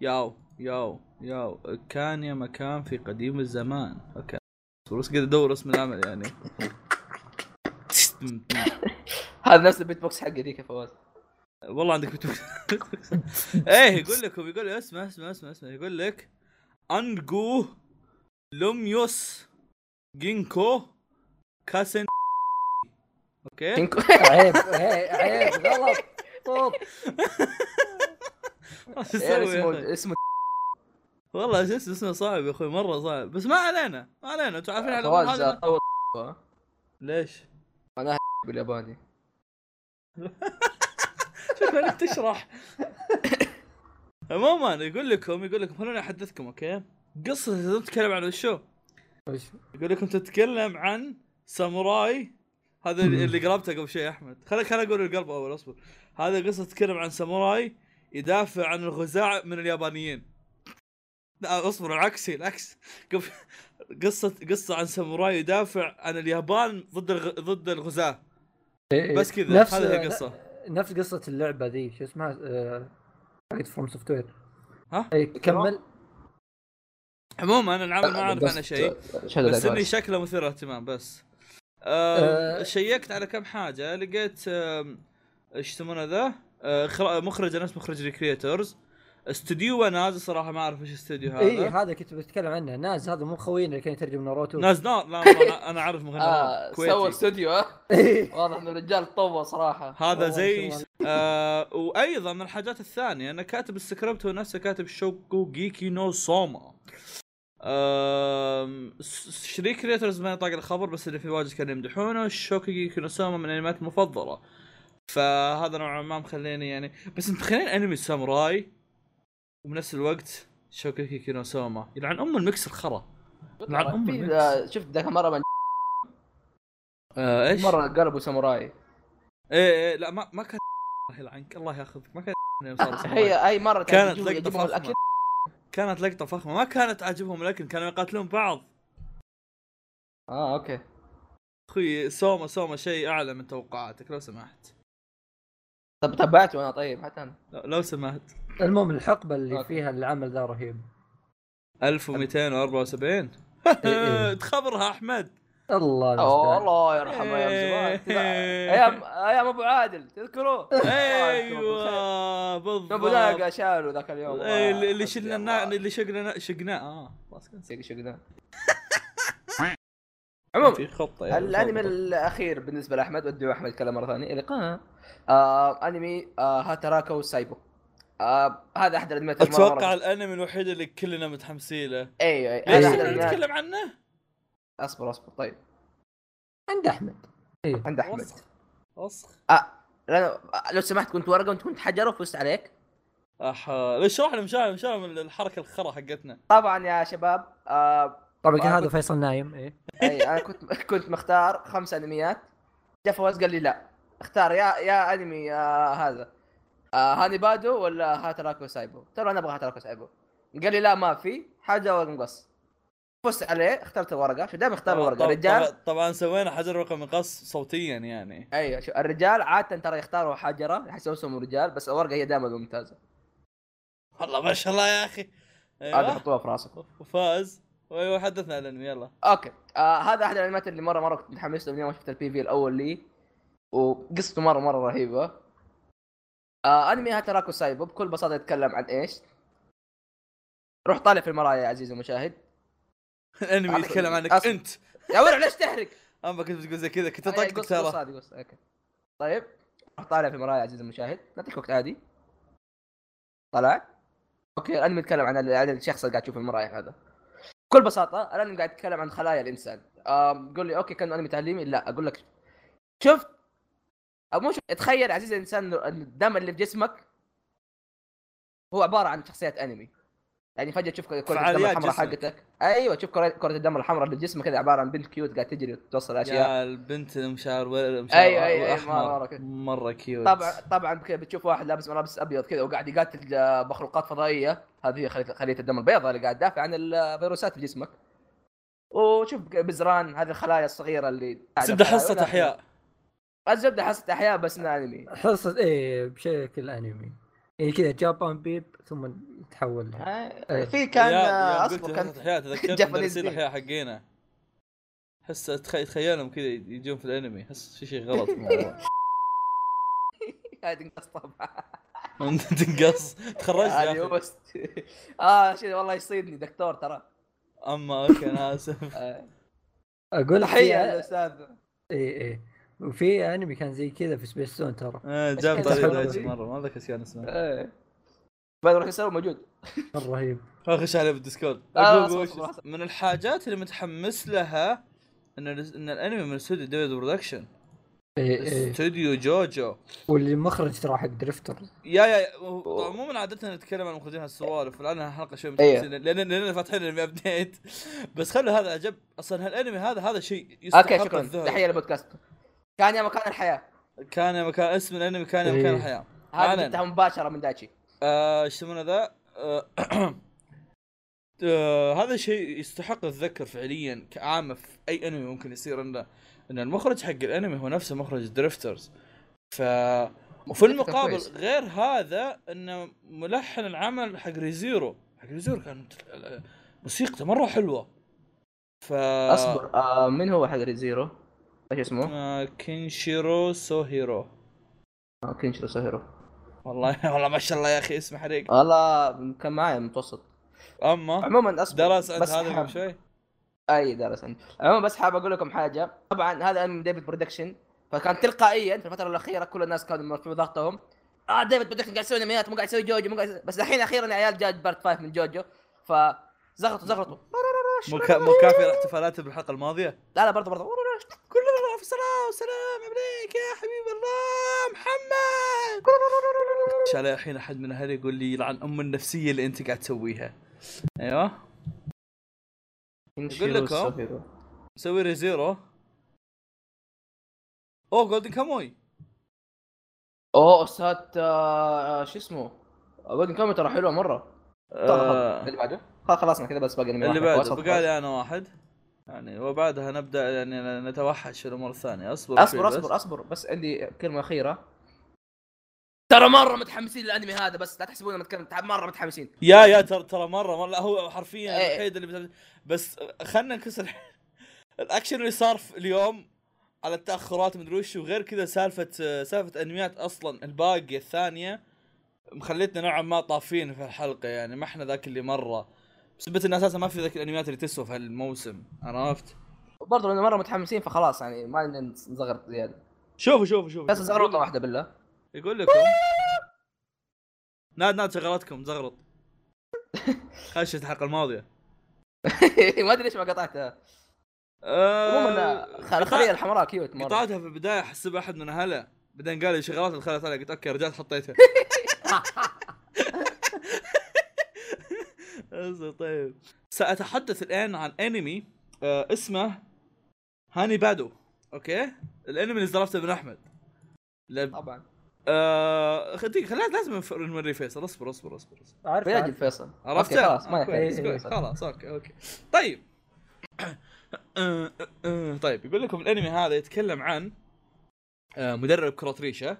ياو ياو ياو كان يا مكان في قديم الزمان اوكي بس قاعد ادور اسم العمل يعني
هذا نفس البيت بوكس حقي ذيك يا فواز
والله عندك بتو... ايه يقول لكم يقول لك اسمه اسمه اسمه اسمه يقول لك انجو لوميوس جينكو كاسن اوكي
عيب إيه، عيب غلط طب
شو
إيه،
أسوي يا
اسمه
أخي؟
اسمه
والله شو اسمه اسمه صعب يا اخوي مره صعب بس ما علينا ما علينا انتم عارفين على العموم
فواز
هذا ما-
طور
ليش؟
بالياباني
شوف انك تشرح عموما يقول لكم يقول لكم خلوني احدثكم اوكي؟ قصة تتكلم عن الشو
وش-
يقول لكم تتكلم عن ساموراي هذا اللي اللي قلبته قبل شوي يا احمد خليني خليني اقول القلب اول اصبر هذا قصة تتكلم عن ساموراي يدافع عن الغزاع من اليابانيين لا اصبر العكس هي العكس قف- قصة قصة عن ساموراي يدافع عن اليابان ضد الغ... ضد الغزاة
إيه، إيه.
بس كذا
نفس
هذه هي القصة
نفس قصه اللعبه ذي شو اسمها آه، حقت فروم سوفت وير
ها؟
اي كمل
عموما انا العمل ما اعرف
بس-
عنها شيء
شهد
بس اني
الأجواز.
شكله مثير اهتمام بس آه
آه.
شيكت على كم حاجه لقيت آم، ايش يسمونه ذا آه خرا- مخرج نفس مخرج الكريتورز استوديو وناز صراحه ما اعرف ايش الاستوديو هذا
اي إيه، هذا كنت بتكلم عنه ناز هذا مو خوينا اللي كان يترجم ناروتو
ناز نار لا والله انا اعرف مغني
آه،
آه
سوى
كويتي
استوديو ها؟
إيه.
واضح ان الرجال طوى صراحه
هذا
والله
زي
ما شاء
آه وايضا من الحاجات الثانيه انا كاتب السكريبت هو نفسه كاتب شوكو جيكي نو سوما آم، س- شريك كريترز ما طاق الخبر بس اللي في واجد كانوا يمدحونه شوكو جيكي نو سوما من الانميات المفضله فهذا نوعا ما مخليني يعني بس متخيلين انمي ساموراي وبنفس الوقت شوكو جيكي نو سوما يلعن ام الميكس الخرا يلعن ام
في-
الميكس
آه، شفت ذاك مره من
آه ايش؟
مره قلبوا ساموراي
ايه ايه لا ما ما كان الله يلعنك الله ياخذك ما كان يوم صار ساموراي.
هي اي مره
كانت
تعجبهم-
لقطه
يجيبهم
فخمه
الاكل
كانت لقطه فخمه ما كانت عاجبهم لكن كانوا يقاتلون بعض
اه اوكي
اخوي سوما سوما شيء اعلى من توقعاتك لو سمحت
طب تبعته انا طيب حتى انا
لو- لو سمحت
المهم الحقبه اللي
أوكي.
فيها العمل ذا رهيب
1274
إيه.
تخبرها احمد
الله
اوه
المستعان.
الله يرحمه
إيه.
ايام زمان ايام ايام ابو عادل تذكروه
ايوه
ابو ناقه
أيوة. بالضبط
شالوا ذاك اليوم آه،
إيه، اللي اللي
الله.
شلنا اللي شقنا شقناه اه خلاص كان
شق- شقنا عموما
في خطه يعني
الانمي
تفضل.
الاخير بالنسبه لاحمد ودي احمد يتكلم مره ثانيه لقاء آه انمي آه هاتراكا وسايبو آه هذا احد الانميات اللي مرة- مرة-
اتوقع الانمي الوحيد اللي كلنا متحمسين له
ايوه ايوه
ليش
هذا أحد
إيه.
كلنا
الأنميات-
نتكلم عنه؟
اصبر اصبر طيب
عند إيه. احمد
عند احمد
وسخ وسخ
لأنه لو سمحت كنت ورقه وانت كنت حجر وفزت عليك
احا اشرح لهم شرح لهم شرح لهم الحركه الخرا حقتنا
طبعا يا شباب آه
طبعا كان هذا فيصل نايم ايه
أي انا كنت كنت مختار خمس انميات جاء فواز قال لي لا اختار يا يا انمي آه هذا آه هاني بادو ولا هاتراكو سايبو ترى انا ابغى هاتراكو سايبو قال لي لا ما في حاجه ونقص فزت عليه اخترت الورقه فدائما اختار الورقه
طبعاً-
الرجال
طبعاً- طبعا سوينا حجر رقم قص صوتيا يعني
ايوه شو الرجال عاده ترى يختاروا حجره يحسون اسمهم رجال بس الورقه هي دائما الممتازه
والله ما شاء الله يا اخي
هذا
ايوه
حطوها في راسك
وفاز ايوه حدثنا عن الانمي يلا
اوكي آه هذا احد الانميات اللي مره مره كنت متحمس له من يوم ما شفت البي في الاول لي وقصته مره مره رهيبه آه انمي هاتراكو سايبو بكل بساطه يتكلم عن ايش؟ روح طالع في المرايا يا عزيزي المشاهد
الانمي
أعطيك-
يتكلم عنك
أصبر.
انت
يا ولع ليش تحرق؟
انا ما كنت بتقول زي كذا كنت
أي-
اطقطق
أيوة، قص-
ترى
قص عادي قص اوكي طيب روح طالع في المرايا يا عزيزي المشاهد نعطيك وقت عادي طلع اوكي الانمي يتكلم عن ال- عن الشخص اللي قاعد تشوفه في المرايا هذا بكل بساطه الانمي قاعد يتكلم عن خلايا الانسان آم، قول لي اوكي كان انمي تعليمي لا اقول لك شفت او مو شفت تخيل عزيزي الانسان إنه الدم اللي في جسمك هو عباره عن شخصيات انمي يعني فجاه تشوف كره الدم
فعاليات
الحمراء
جسمك.
حقتك ايوه تشوف كره كرة الدم الحمراء اللي في جسمك كذا عباره عن بنت كيوت قاعد تجري وتوصل اشياء
يا البنت المشاعر ور- مشاعر
أيوة، أيوة، أيوة،
أحمر.
مرة كده.
مره كيوت
طبعا طبعا بك- بتشوف واحد لابس ملابس ابيض كذا وقاعد يقاتل آه، مخلوقات فضائيه هذه هي خلية خلية الدم البيضاء اللي قاعد تدافع عن الفيروسات في جسمك وشوف بزران هذه الخلايا الصغيره اللي قاعدة
زبده
في الخلايا.
حصه
ولا- آه،
احياء
الزبده حصه احياء بس إنها انمي
حصه ايه بشكل انمي يعني كذا جابان بيب ثم تحول
آه، في كان
يا- يا
آه،
قلت
اصبر كان
حصة احياء تذكرت
جابانيز
مدرسين
بيب.
الاحياء حقينا حس أتخ- تخيلهم كذا يجون في الانمي احس في شيء غلط في الموضوع
هذه نقص طبعا
تنقص تخرجت يا
هذه
أخي.
وست اه شيء والله يصيدني دكتور ترى
اما اوكي انا اسف
آه،
اقول لك
تحيه
اي
للاستاذ
اي إيه، وفي انمي كان زي كذا في سبيس زون ترى
آه، جاب
إيش
طاري
كنت
دايتش
تقول؟
مره ما ذاك كان اسمه
آه. بعد ما يسوي موجود
مره رهيب
اخش عليه بالديسكورد
آه،
أقول
أصبر،
وش-
أصبر.
من الحاجات اللي متحمس لها ان ال- ان الانمي من استوديو ديفيد برودكشن
اي
إيه.
اي
استوديو جوجو
واللي مخرج إيه، ترى حق درفتر
يا يا يا، هو- طبعاً مو من عادتنا نتكلم عن مخرجين هالسوالف الان حلقه شوي
إيه.
متحمسين لان لاننا فاتحين الانمي ابديت بس خلوا هذا عجب اصلا هالانمي هذا هذا شيء
اوكي
يستحق
شكرا
الذهب.
تحيه للبودكاست كان يا مكان الحياه
كان يا مكان اسم الانمي كان يا
إيه.
مكان الحياه
هذا
أعلن.
جبتها مباشره من دايتشي
آه، ايش يسمونه ذا؟ آه، آه، هذا شيء يستحق الذكر فعليا كعامة في اي انمي ممكن يصير انه ان المخرج حق الانمي هو نفسه مخرج درفترز ف وفي
فكرة
المقابل
كويس.
غير هذا انه ملحن العمل حق ريزيرو حق ريزيرو كان مت- آه، موسيقته مره حلوه ف
اصبر آه من هو حق ريزيرو؟ ايش اسمه؟
آه، كينشيرو سوهيرو
آه كينشرو سوهيرو
والله والله ما شاء الله يا اخي اسم حريق
والله كان معي متوسط
اما
عموما اصبر
درس انت
بس
هذا
حاب-
قبل شوي
اي درس انت عموما بس حاب اقول لكم حاجه طبعا هذا من ديفيد برودكشن فكان تلقائيا في الفتره الاخيره كل الناس كانوا مرفوع ضغطهم اه ديفيد برودكشن قاعد يسوي انميات مو قاعد يسوي جوجو مو قاعد يسوي... بس الحين اخيرا يا عيال جاء بارت 5 من جوجو فزغطوا زغطوا
مو كا- مو كافي الاحتفالات بالحلقه الماضيه
لا لا برضه برضه
كلنا في صلاة وسلام عليك يا حبيب الله محمد ان شاء الله الحين احد من اهلي يقول لي يلعن ام النفسيه اللي انت قاعد تسويها ايوه أقول لكم. سوي ريزيرو اوه جولدن كاموي
اوه استاذ آه، شو اسمه ويجن كامي ترى حلوه مره
آه،
اللي بعده خلاص خلصنا كذا بس باقي
اللي بعده بقى لي انا واحد يعني وبعدها نبدا يعني نتوحش في الامور الثانيه اصبر شوي
اصبر
بس.
اصبر اصبر بس عندي كلمه اخيره ترى مره متحمسين للانمي هذا بس لا تحسبونا متكلم تع- مره متحمسين
يا يا ترى ترى مره مره لا، هو حرفيا
إيه.
الوحيد اللي بتبت... بس خلنا نكسر الاكشن اللي صار في اليوم على التاخرات مدري وش وغير كذا سالفه سالفه انميات اصلا الباقيه الثانيه مخلتنا نوعا ما طافين في الحلقه يعني ما احنا ذاك اللي مره بسبة ان اساسا ما في ذاك الانميات اللي تسوى في هالموسم عرفت؟
برضه لانه مره متحمسين فخلاص يعني ما لنا نزغر زياده
شوفوا شوفوا شوفوا
بس زغروطه واحده بالله
يقول لكم ناد ناد شغلتكم زغرط خشت الحلقه الماضيه
ما ادري ليش ما قطعتها عموما
آه،
خ- الخليه الحمراء كيوت مره
قطعتها في البدايه حسب احد من اهلها بعدين قال لي شغلات دخلت علي قلت اوكي رجعت حطيتها أصلاً طيب ساتحدث الان عن انمي آه اسمه هاني بادو اوكي الانمي اللي زرفته من احمد لب...
طبعا
آه خديك خلينا لازم نف- نوري فيصل اصبر اصبر اصبر, أصبر.
عارف
بيعجب
عارف.
فيصل
عرفت
أوكي، خلاص ما
آه،
يحتاج
كويس،
إيه،
كويس،
إيه.
خلاص اوكي اوكي طيب آه، آه، آه، طيب يقول لكم الانمي هذا يتكلم عن آه، مدرب كرة ريشة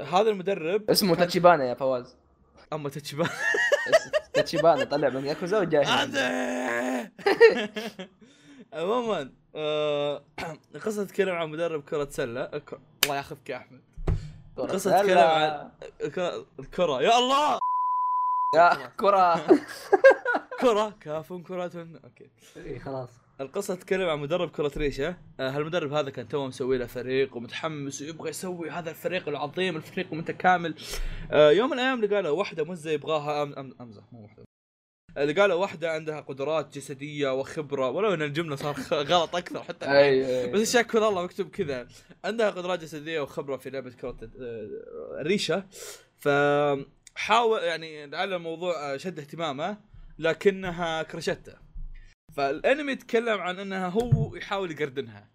هذا المدرب
اسمه تاتشيبانا يا فواز
اما تتشبه
اس- تاتشيبانا طلع من ياكوزا وجاي هنا.
هذا عموما آه، القصة تتكلم عن مدرب كرة سلة ك- الله ياخذك يا احمد
كرة
القصة
سلة.
تتكلم عن- الكرة- الكرة يا الله
يا كرة
كرة كاف كرة اوكي
اي إيه، خلاص
القصة تتكلم عن مدرب كرة ريشة، آه، هالمدرب هذا كان توه مسوي له فريق ومتحمس ويبغى يسوي هذا الفريق العظيم الفريق المتكامل. آه، يوم من الايام لقى له واحدة مزة يبغاها أم أم امزح مو واحدة. آه، لقى له واحدة عندها قدرات جسدية وخبرة ولو ان الجملة صار خ- غلط اكثر حتى
اي
بس
أي.
الشك والله مكتوب كذا عندها قدرات جسديه وخبره في لعبه كره آه، الريشه فحاول يعني لعل الموضوع آه، شد اهتمامه لكنها كرشته فالانمي يتكلم عن انها هو يحاول يقردنها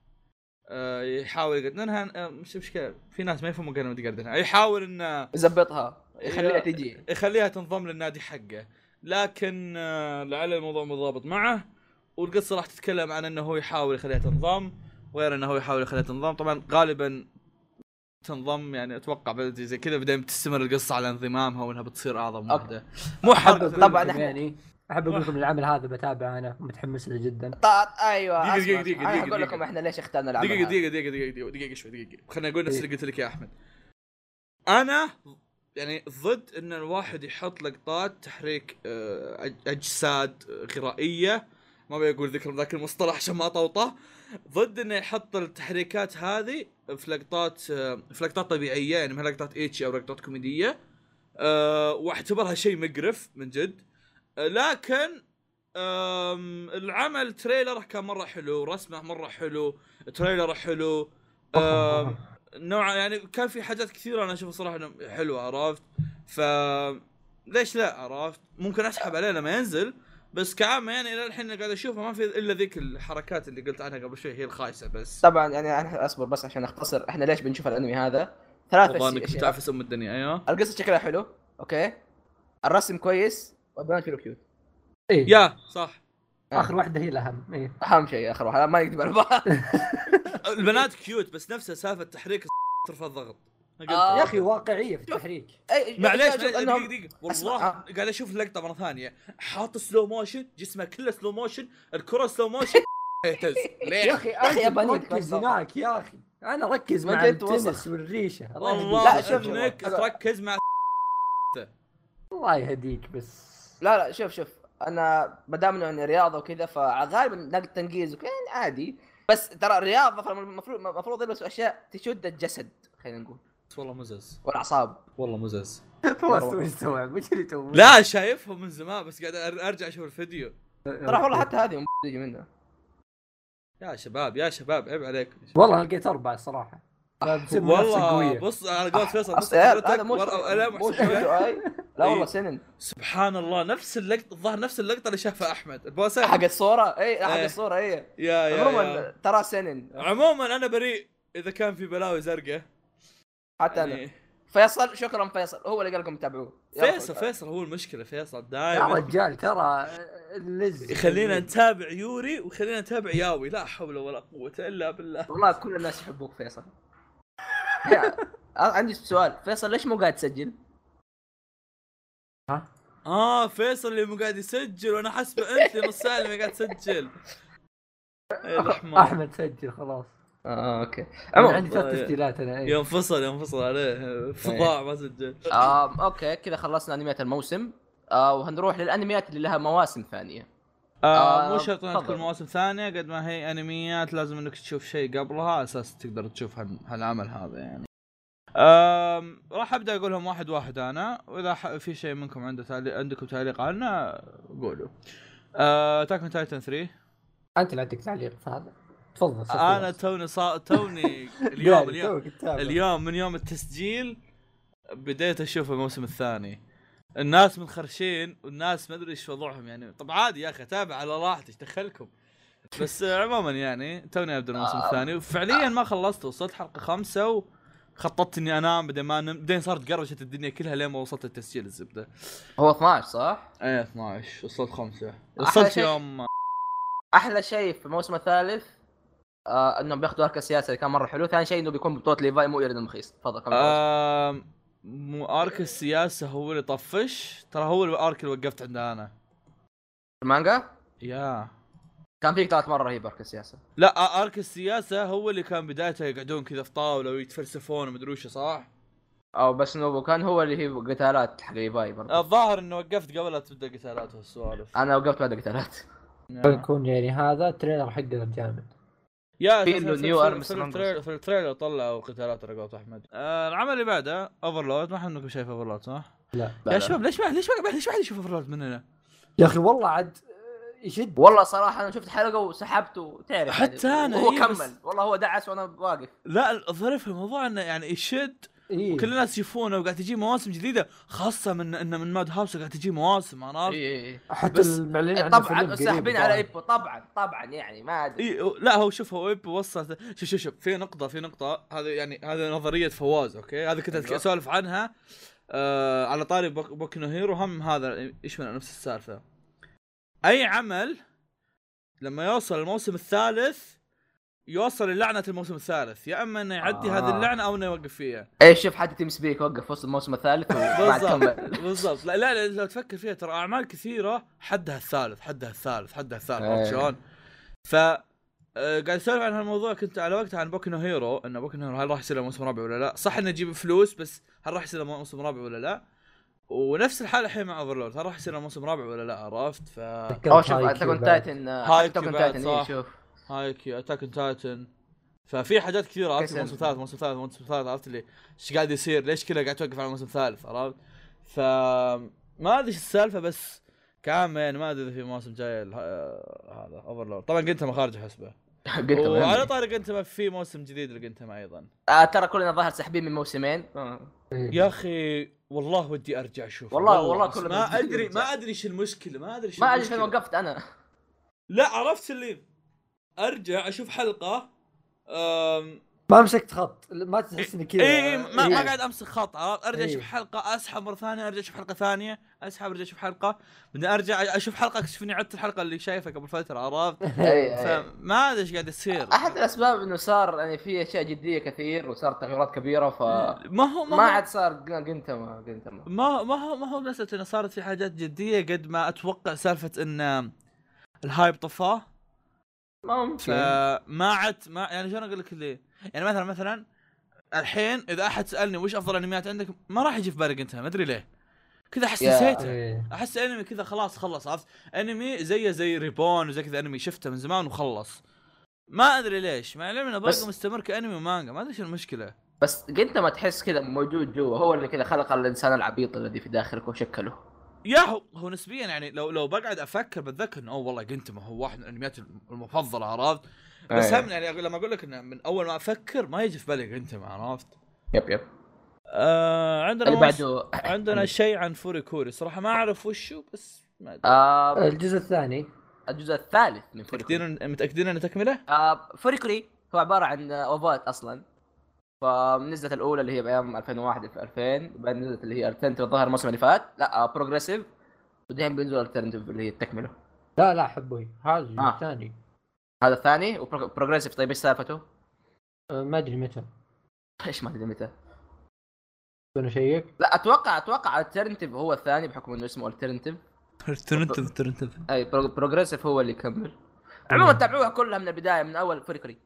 آه، يحاول يقردنها آه، مش مشكله في ناس ما يفهموا كلمه يقردنها يحاول انه
يزبطها يخليها
يا-
تجي
يخليها إيه، تنضم للنادي حقه لكن آه، لعل الموضوع متضابط معه والقصه راح تتكلم عن انه هو يحاول يخليها تنضم وغير انه هو يحاول يخليها تنضم طبعا غالبا تنضم يعني اتوقع بدأت زي كذا بعدين بتستمر القصه على انضمامها وانها بتصير اعظم واحده مو
احب
حرق
اقول
طبعاً
لكم
إحنا-
يعني احب اقول لكم العمل هذا بتابعه انا متحمس له جدا
طاط ايوه
دقيقة-
أسمع،
دقيقة-
أسمع.
دقيقة-
أنا
دقيقة-
اقول لكم
دقيقة.
احنا ليش اخترنا العمل
دقيقه
هذا. إيه.
دقيقه دقيقه دقيقه دقيقه دقيقه شوي دقيقه خليني اقول نفس اللي قلت لك يا احمد انا يعني ضد ان الواحد يحط لقطات تحريك آه، أج- اجساد غرائيه ما بقول ذكر ذاك المصطلح عشان ما اطوطه ضد انه يحط التحريكات هذه في لقطات آه، في لقطات طبيعيه يعني ما هي لقطات ايتشي او لقطات كوميديه أه واعتبرها شيء مقرف من جد أه لكن أم العمل تريلره كان مره حلو رسمه مره حلو تريلره حلو أم نوع يعني كان في حاجات كثيره انا اشوفها صراحه إنه حلوه عرفت ف ليش لا عرفت ممكن اسحب عليه لما ينزل بس كعامه يعني الى الحين اللي قاعد اشوفها ما في الا ذيك الحركات اللي قلت عنها قبل شوي هي الخايسه بس
طبعا يعني أنا اصبر بس عشان اختصر احنا ليش بنشوف الانمي هذا ثلاث
والله انك
أشياء.
متعفس ام الدنيا ايوه
القصه شكلها حلو اوكي الرسم كويس والبنات شكله كيوت
إيه؟
يا صح
اخر واحده هي الاهم إيه؟
اهم شيء اخر واحد ما يكتب على بعض
البنات كيوت بس نفسها سالفه تحريك ترفع الضغط أنا قلت-
آه.
يا اخي واقعيه في التحريك
أي-
معليش
أشوف
دقيقة
إنهم-
دقيقة
أسمع،
والله
آه.
قاعد اشوف لقطة مرة ثانية حاط سلو موشن جسمه كله سلو موشن الكرة سلو موشن يهتز
يا
ليه؟
اخي
أخي
انا
يابانيين
ركز
بس.
هناك يا اخي انا ركز
ما
مع
جيت وسخ.
التنس والريشه الله يهديك.
والله
لا، شوف، شوف.
انك تركز مع
الله يهديك بس
لا لا شوف شوف انا ما دام انه يعني رياضه وكذا فغالبا نقد تنقيز وكذا يعني عادي بس ترى الرياضه فالمفروض المفروض يلبسوا اشياء تشد الجسد خلينا نقول
والله مزز
والاعصاب
والله مزز
فواز تو يستوعب وش اللي تو
لا شايفهم من زمان بس قاعد أر- ارجع اشوف الفيديو
ترى والله حتى هذه من تجي منها
يا شباب يا شباب عيب عليك
والله لقيت اربعه صراحه بسم الله نفسك
والله
قوية.
بص على قولة فيصل بص
أصل يا- هذا
قدرتك
مو
ورقة وقلم
مو
وحسب كذا.
أي. لا
إيه.
والله سنن
سبحان الله نفس اللقطة الظاهر نفس اللقطة اللي شافها احمد البوسة
حق الصوره اي حق
إيه.
الصوره اي
يا يا
عموما
يا
ترى سنن
عموما انا بريء اذا كان في بلاوي زرقاء
حتى انا
يعني-
فيصل شكرا فيصل هو اللي قال لكم تتابعوه يلا.
فيصل فيصل هو المشكله فيصل
يا
دائما
رجال ترى يعني اللز
يخلينا نتابع يوري وخلينا نتابع ياوي لا حول ولا قوه الا بالله
والله كل الناس يحبوك فيصل يا- آه، عندي سؤال فيصل ليش مو قاعد تسجل؟
اه فيصل اللي مو قاعد يسجل وانا حسبه انت نص ساعه اللي ما قاعد تسجل إيه، يا الحمار
احمد سجل خلاص
اه اوكي
انا
عموما
عندي ثلاث
والله.
تسجيلات انا إيه.
ينفصل ينفصل عليه فظاع ما سجل
آه اوكي كذا خلصنا انميات الموسم آه وهنروح للانميات اللي لها مواسم ثانيه
آه
آه،
مو شرط انها
تفضل.
تكون مواسم ثانيه قد ما هي انميات لازم انك تشوف شيء قبلها على اساس تقدر تشوف هال- هالعمل هذا يعني آم راح ابدا اقولهم واحد واحد انا واذا ح- في شيء منكم عنده تعليق عندكم تعليق عنه قولوا آه، اتاك من تايتن 3
انت اللي عندك تعليق في هذا تفضل سجل.
انا توني صا... توني
قاعد
اليوم اليوم
توك تتابع.
اليوم من يوم التسجيل بديت اشوف الموسم الثاني الناس منخرشين والناس ما ادري ايش وضعهم يعني طب عادي يا اخي تابع على راحتك إيش دخلكم بس آه، عموما يعني توني ابدا الموسم
آه.
الثاني وفعليا ما خلصت وصلت حلقه خمسه وخططت اني انام بعدين ما انام بعدين صارت قرشت الدنيا كلها لين ما وصلت التسجيل الزبده
هو 12 صح؟
ايه 12 وصلت خمسه وصلت
شيء.
يوم
احلى شيء في الموسم الثالث آه انهم بياخذوا ارك السياسي اللي كان مره حلو، ثاني شيء انه بيكون بطوله ليفاي مو ايرن المخيص، تفضل كمل
آه. آم، مو ارك السياسه هو اللي طفش ترى هو الارك اللي وقفت عنده انا
المانجا
يا
كان فيك ثلاث مره رهيب ارك السياسه
لا ارك السياسه هو اللي كان بدايته يقعدون كذا في طاوله ويتفلسفون ومدري وش صح؟
او بس نوبو كان هو اللي هي قتالات حق ليفاي برضه
الظاهر انه وقفت قبل لا تبدا قتالات والسوالف
انا وقفت بعد قتالات
يا
بيكون يعني هذا تريلر حقنا جامد
يا
في
أساس-
له
في-
نيو
في-
أرمس
في
مانجوس.
التريلر- في التريلر طلعوا قتالات رقابة احمد آه، العمل اللي بعده اوفرلود ما حد منكم شايف اوفرلود صح؟
لا
يا شباب ليش ما ليش ما ليش ما حد يشوف اوفرلود مننا؟
يا اخي والله عاد آه، يشد
والله صراحه انا شفت حلقه وسحبت وتعرف
حتى
يعني
أنا،
هو
إيه، بس-
كمل والله هو دعس وانا واقف
لا الظريف في الموضوع انه يعني يشد
إيه.
وكل الناس يشوفونه وقاعد تجي مواسم جديده خاصه من انه من ماد هاوس قاعد تجي مواسم عرفت؟
اي
حتى
بس-
المعلنين عنه إيه، فيلم
طبعا
قريب
آه، ساحبين على
ظاهر.
ايبو طبعا طبعا يعني ما ادري
اي لا إيه، هو شوف هو إب وصل شوف شوف شوف في نقطة في نقطة هذا يعني هذا نظرية فواز اوكي هذا كنت أتك-
أيوة.
اسولف عنها آه على طاري بوك- بوكو نو هيرو هم هذا يشمل نفس السالفة اي عمل لما يوصل الموسم الثالث يوصل للعنة الموسم الثالث يا اما انه يعدي
آه.
آه. هذه اللعنة او انه يوقف فيها
اي إيه، شوف حتى تيم سبيك وقف وسط الموسم الثالث وبعد
بالضبط
كمل
بالضبط لا, لا لا لو تفكر فيها ترى اعمال كثيره حدها الثالث حدها الثالث حدها الثالث عرفت
إيه.
شلون؟ ف آه، قاعد اسولف عن هالموضوع كنت على وقتها عن بوكو نو هيرو انه بوكو نو هيرو هل راح يصير له موسم رابع ولا لا؟ صح انه يجيب فلوس بس هل راح يصير له موسم رابع ولا لا؟ ونفس الحاله الحين مع اوفرلورد هل راح يصير له موسم رابع ولا لا عرفت؟ ف
تذكرت
او شوف
هايكيو
اتاك اون
بعد.
تايتن
هايكيو
اتاك اون
بعد،
تايتن اي
صح.
شوف
هايكي اتاك اون تايتن ففي حاجات كثيره عرفت
كسل.
الموسم الثالث الموسم الثالث الموسم الثالث عرفت اللي ايش قاعد يصير ليش كذا قاعد توقف على الموسم الثالث عرفت ف ما ادري ايش السالفه بس كعامة يعني ما ادري اذا في موسم جاي ال- آه، هذا اوفرلورد طبعا قلت ما خارج حسبه وعلى
قلت
طاري قلت ما في موسم جديد لقنتما ايضا
آه، ترى كلنا ظاهر ساحبين من موسمين آه.
إيه.
يا اخي والله ودي ارجع اشوف
والله- والله كله
ما
بيجي
ادري
يرجع.
ما ادري ايش المشكله ما ادري ايش
ما ادري فين
المشكلة.
وقفت انا
لا عرفت اللي ارجع اشوف حلقه أم
ما مسكت خط ما تحس اني كذا
اي اي ما, ما
إيه.
قاعد امسك خط عرفت ارجع
إيه.
اشوف حلقه اسحب مره ثانيه ارجع اشوف حلقه ثانيه اسحب ارجع اشوف حلقه بعدين ارجع اشوف حلقه اكتشف اني عدت الحلقه اللي شايفها قبل فتره عرفت
إي، إي.
فما ادري ايش قاعد يصير
احد الاسباب انه صار يعني في اشياء جديه كثير وصارت تغيرات كبيره ف
ما هو
ما
ما هو
عاد صار جنتما جنتما
ما هو ما هو ما هو مسألة انه صارت في حاجات جدية قد ما اتوقع سالفة ان الهايب طفاه
ما ممكن
فما عاد ما يعني شلون اقول لك ليه؟ يعني مثلا مثلا الحين اذا احد سالني وش افضل انميات عندك ما راح يجي في بالي انت ما ادري ليه كذا احس
يا.
نسيته
إيه.
احس انمي كذا خلاص خلص عرفت انمي زيه زي ريبون وزي كذا انمي شفته من زمان وخلص ما ادري ليش مع العلم انه
بس-
باقي مستمر كانمي ومانجا ما ادري شو المشكله
بس جنتما تحس كذا موجود جوا هو اللي كذا خلق الانسان العبيط الذي في داخلك وشكله
يا هو هو نسبيا يعني لو لو بقعد افكر بتذكر انه اوه والله قنت ما هو واحد من الانميات المفضله عرفت بس
أي.
هم يعني أقول- لما اقول لك انه من اول ما افكر ما يجي في بالي قنت ما عرفت
يب يب
آه عندنا
اللي
مس-
بعده
عندنا شيء عن فوري كوري صراحه ما اعرف وشو بس ما ادري
آه
الجزء الثاني
الجزء الثالث من فوريكوري
متاكدين متاكدين انه تكمله؟
آه فوريكوري هو عباره عن اوفات اصلا فنزلت الاولى اللي هي بايام 2001 في 2000 بعدين نزلت اللي هي التنتف الظاهر الموسم اللي فات لا آه بروجريسيف بعدين بينزل الترنتف اللي هي التكمله
لا لا حبوي هذا
آه.
الثاني
هذا الثاني وبروجريسيف طيب ايش سالفته؟
آه، ما ادري متى
ايش ما ادري متى
انا شيك
لا اتوقع اتوقع الترنتف هو الثاني بحكم انه اسمه الترنتف
ترنتف ترنتف
اي بروجريسيف هو اللي كمل عموما تابعوها كلها من البدايه من اول فوريكوري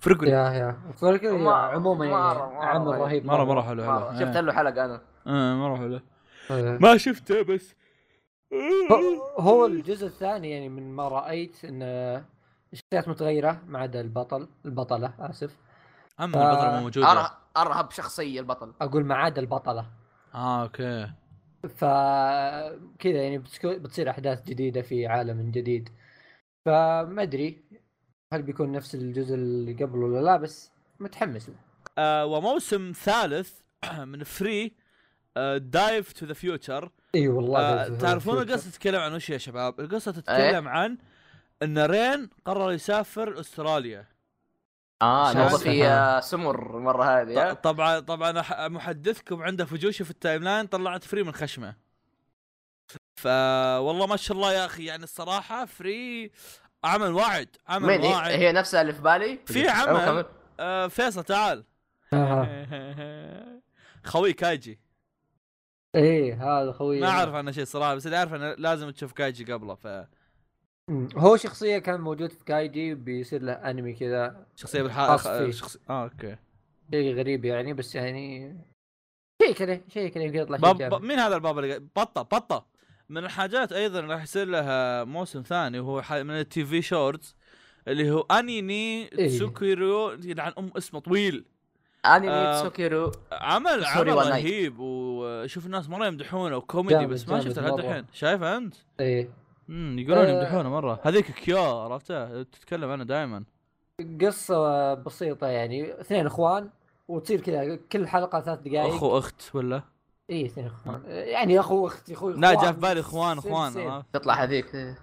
فرقني
يا يا فولكر
مرة-
عموما يعني
مرة- مرة
عمل
رهيب.
رهيب
مره مره حلو حلو
مرة. آه، شفت له حلقه انا
آه مره حلو
آه.
ما شفته بس
أه.
هو- هو الجزء الثاني يعني من ما رايت ان الشخصيات متغيره ما عدا البطل البطله اسف
اما البطل
أه.
مو موجود
أره- ارهب شخصيه البطل
اقول ما عدا البطله
اه اوكي
ف كذا يعني بتسكو- بتصير احداث جديده في عالم جديد فما ادري هل بيكون نفس الجزء اللي قبل ولا لا بس متحمس له
آه وموسم ثالث من أه، فري دايف تو ذا فيوتشر
اي والله بيت-
آه، أه، تعرفون
بيت-
القصه تتكلم عن وش يا شباب؟ القصه تتكلم
إيه.
عن ان رين قرر يسافر استراليا
اه
شو
نوضة
اسمها؟
في آه، سمر المره
ط-
هذه
طبعا طبعا أح- محدثكم عنده فجوشي في التايم لاين طلعت فري من خشمه ف والله ما شاء الله يا اخي يعني الصراحه فري عمل واعد عمل
مين إيه،
واعد
هي, هي نفسها اللي في بالي
في عمل.
أو كمل.
آه فيصل تعال
آه.
خوي كايجي
ايه هذا خوي
ما اعرف عنه شيء صراحه بس اللي اعرف انه لازم تشوف كايجي قبله فشخصيه
مم. هو شخصيه كان موجود في كايجي بيصير له انمي كذا
بالحال
خاص فيه.
شخص اه اوكي
شيء غريب يعني بس يعني شيء كذا شيء كذا يمكن يطلع شيء
باب
جامد.
باب- مين هذا الباب اللي قاعد- بطه بطه من الحاجات ايضا راح يصير لها موسم ثاني وهو ح- من التي في شورتس اللي هو اني ني
إيه.
تسوكيريو يلعن ام اسمه طويل آه،
انمي تسوكيرو
عمل
سوري،
عمل
one night.
رهيب وشوف الناس مره يمدحونه وكوميدي
جامد،
بس ما
جامد
شفته لحد
مرة.
الحين شايفه انت؟
ايه
امم يقولون
آه.
يمدحونه مره هذيك كيو عرفتها تتكلم عنه دائما
قصه بسيطه يعني اثنين اخوان وتصير كذا كل حلقه ثلاث دقائق
اخو اخت ولا
اي اثنين اخوان يعني اخو اختي اخوي
لا
إخوان.
جاء في بالي آه. اخوان
سيل-
اخوان
سيل.
عرفت؟ أيوه.
تطلع هذيك
آه،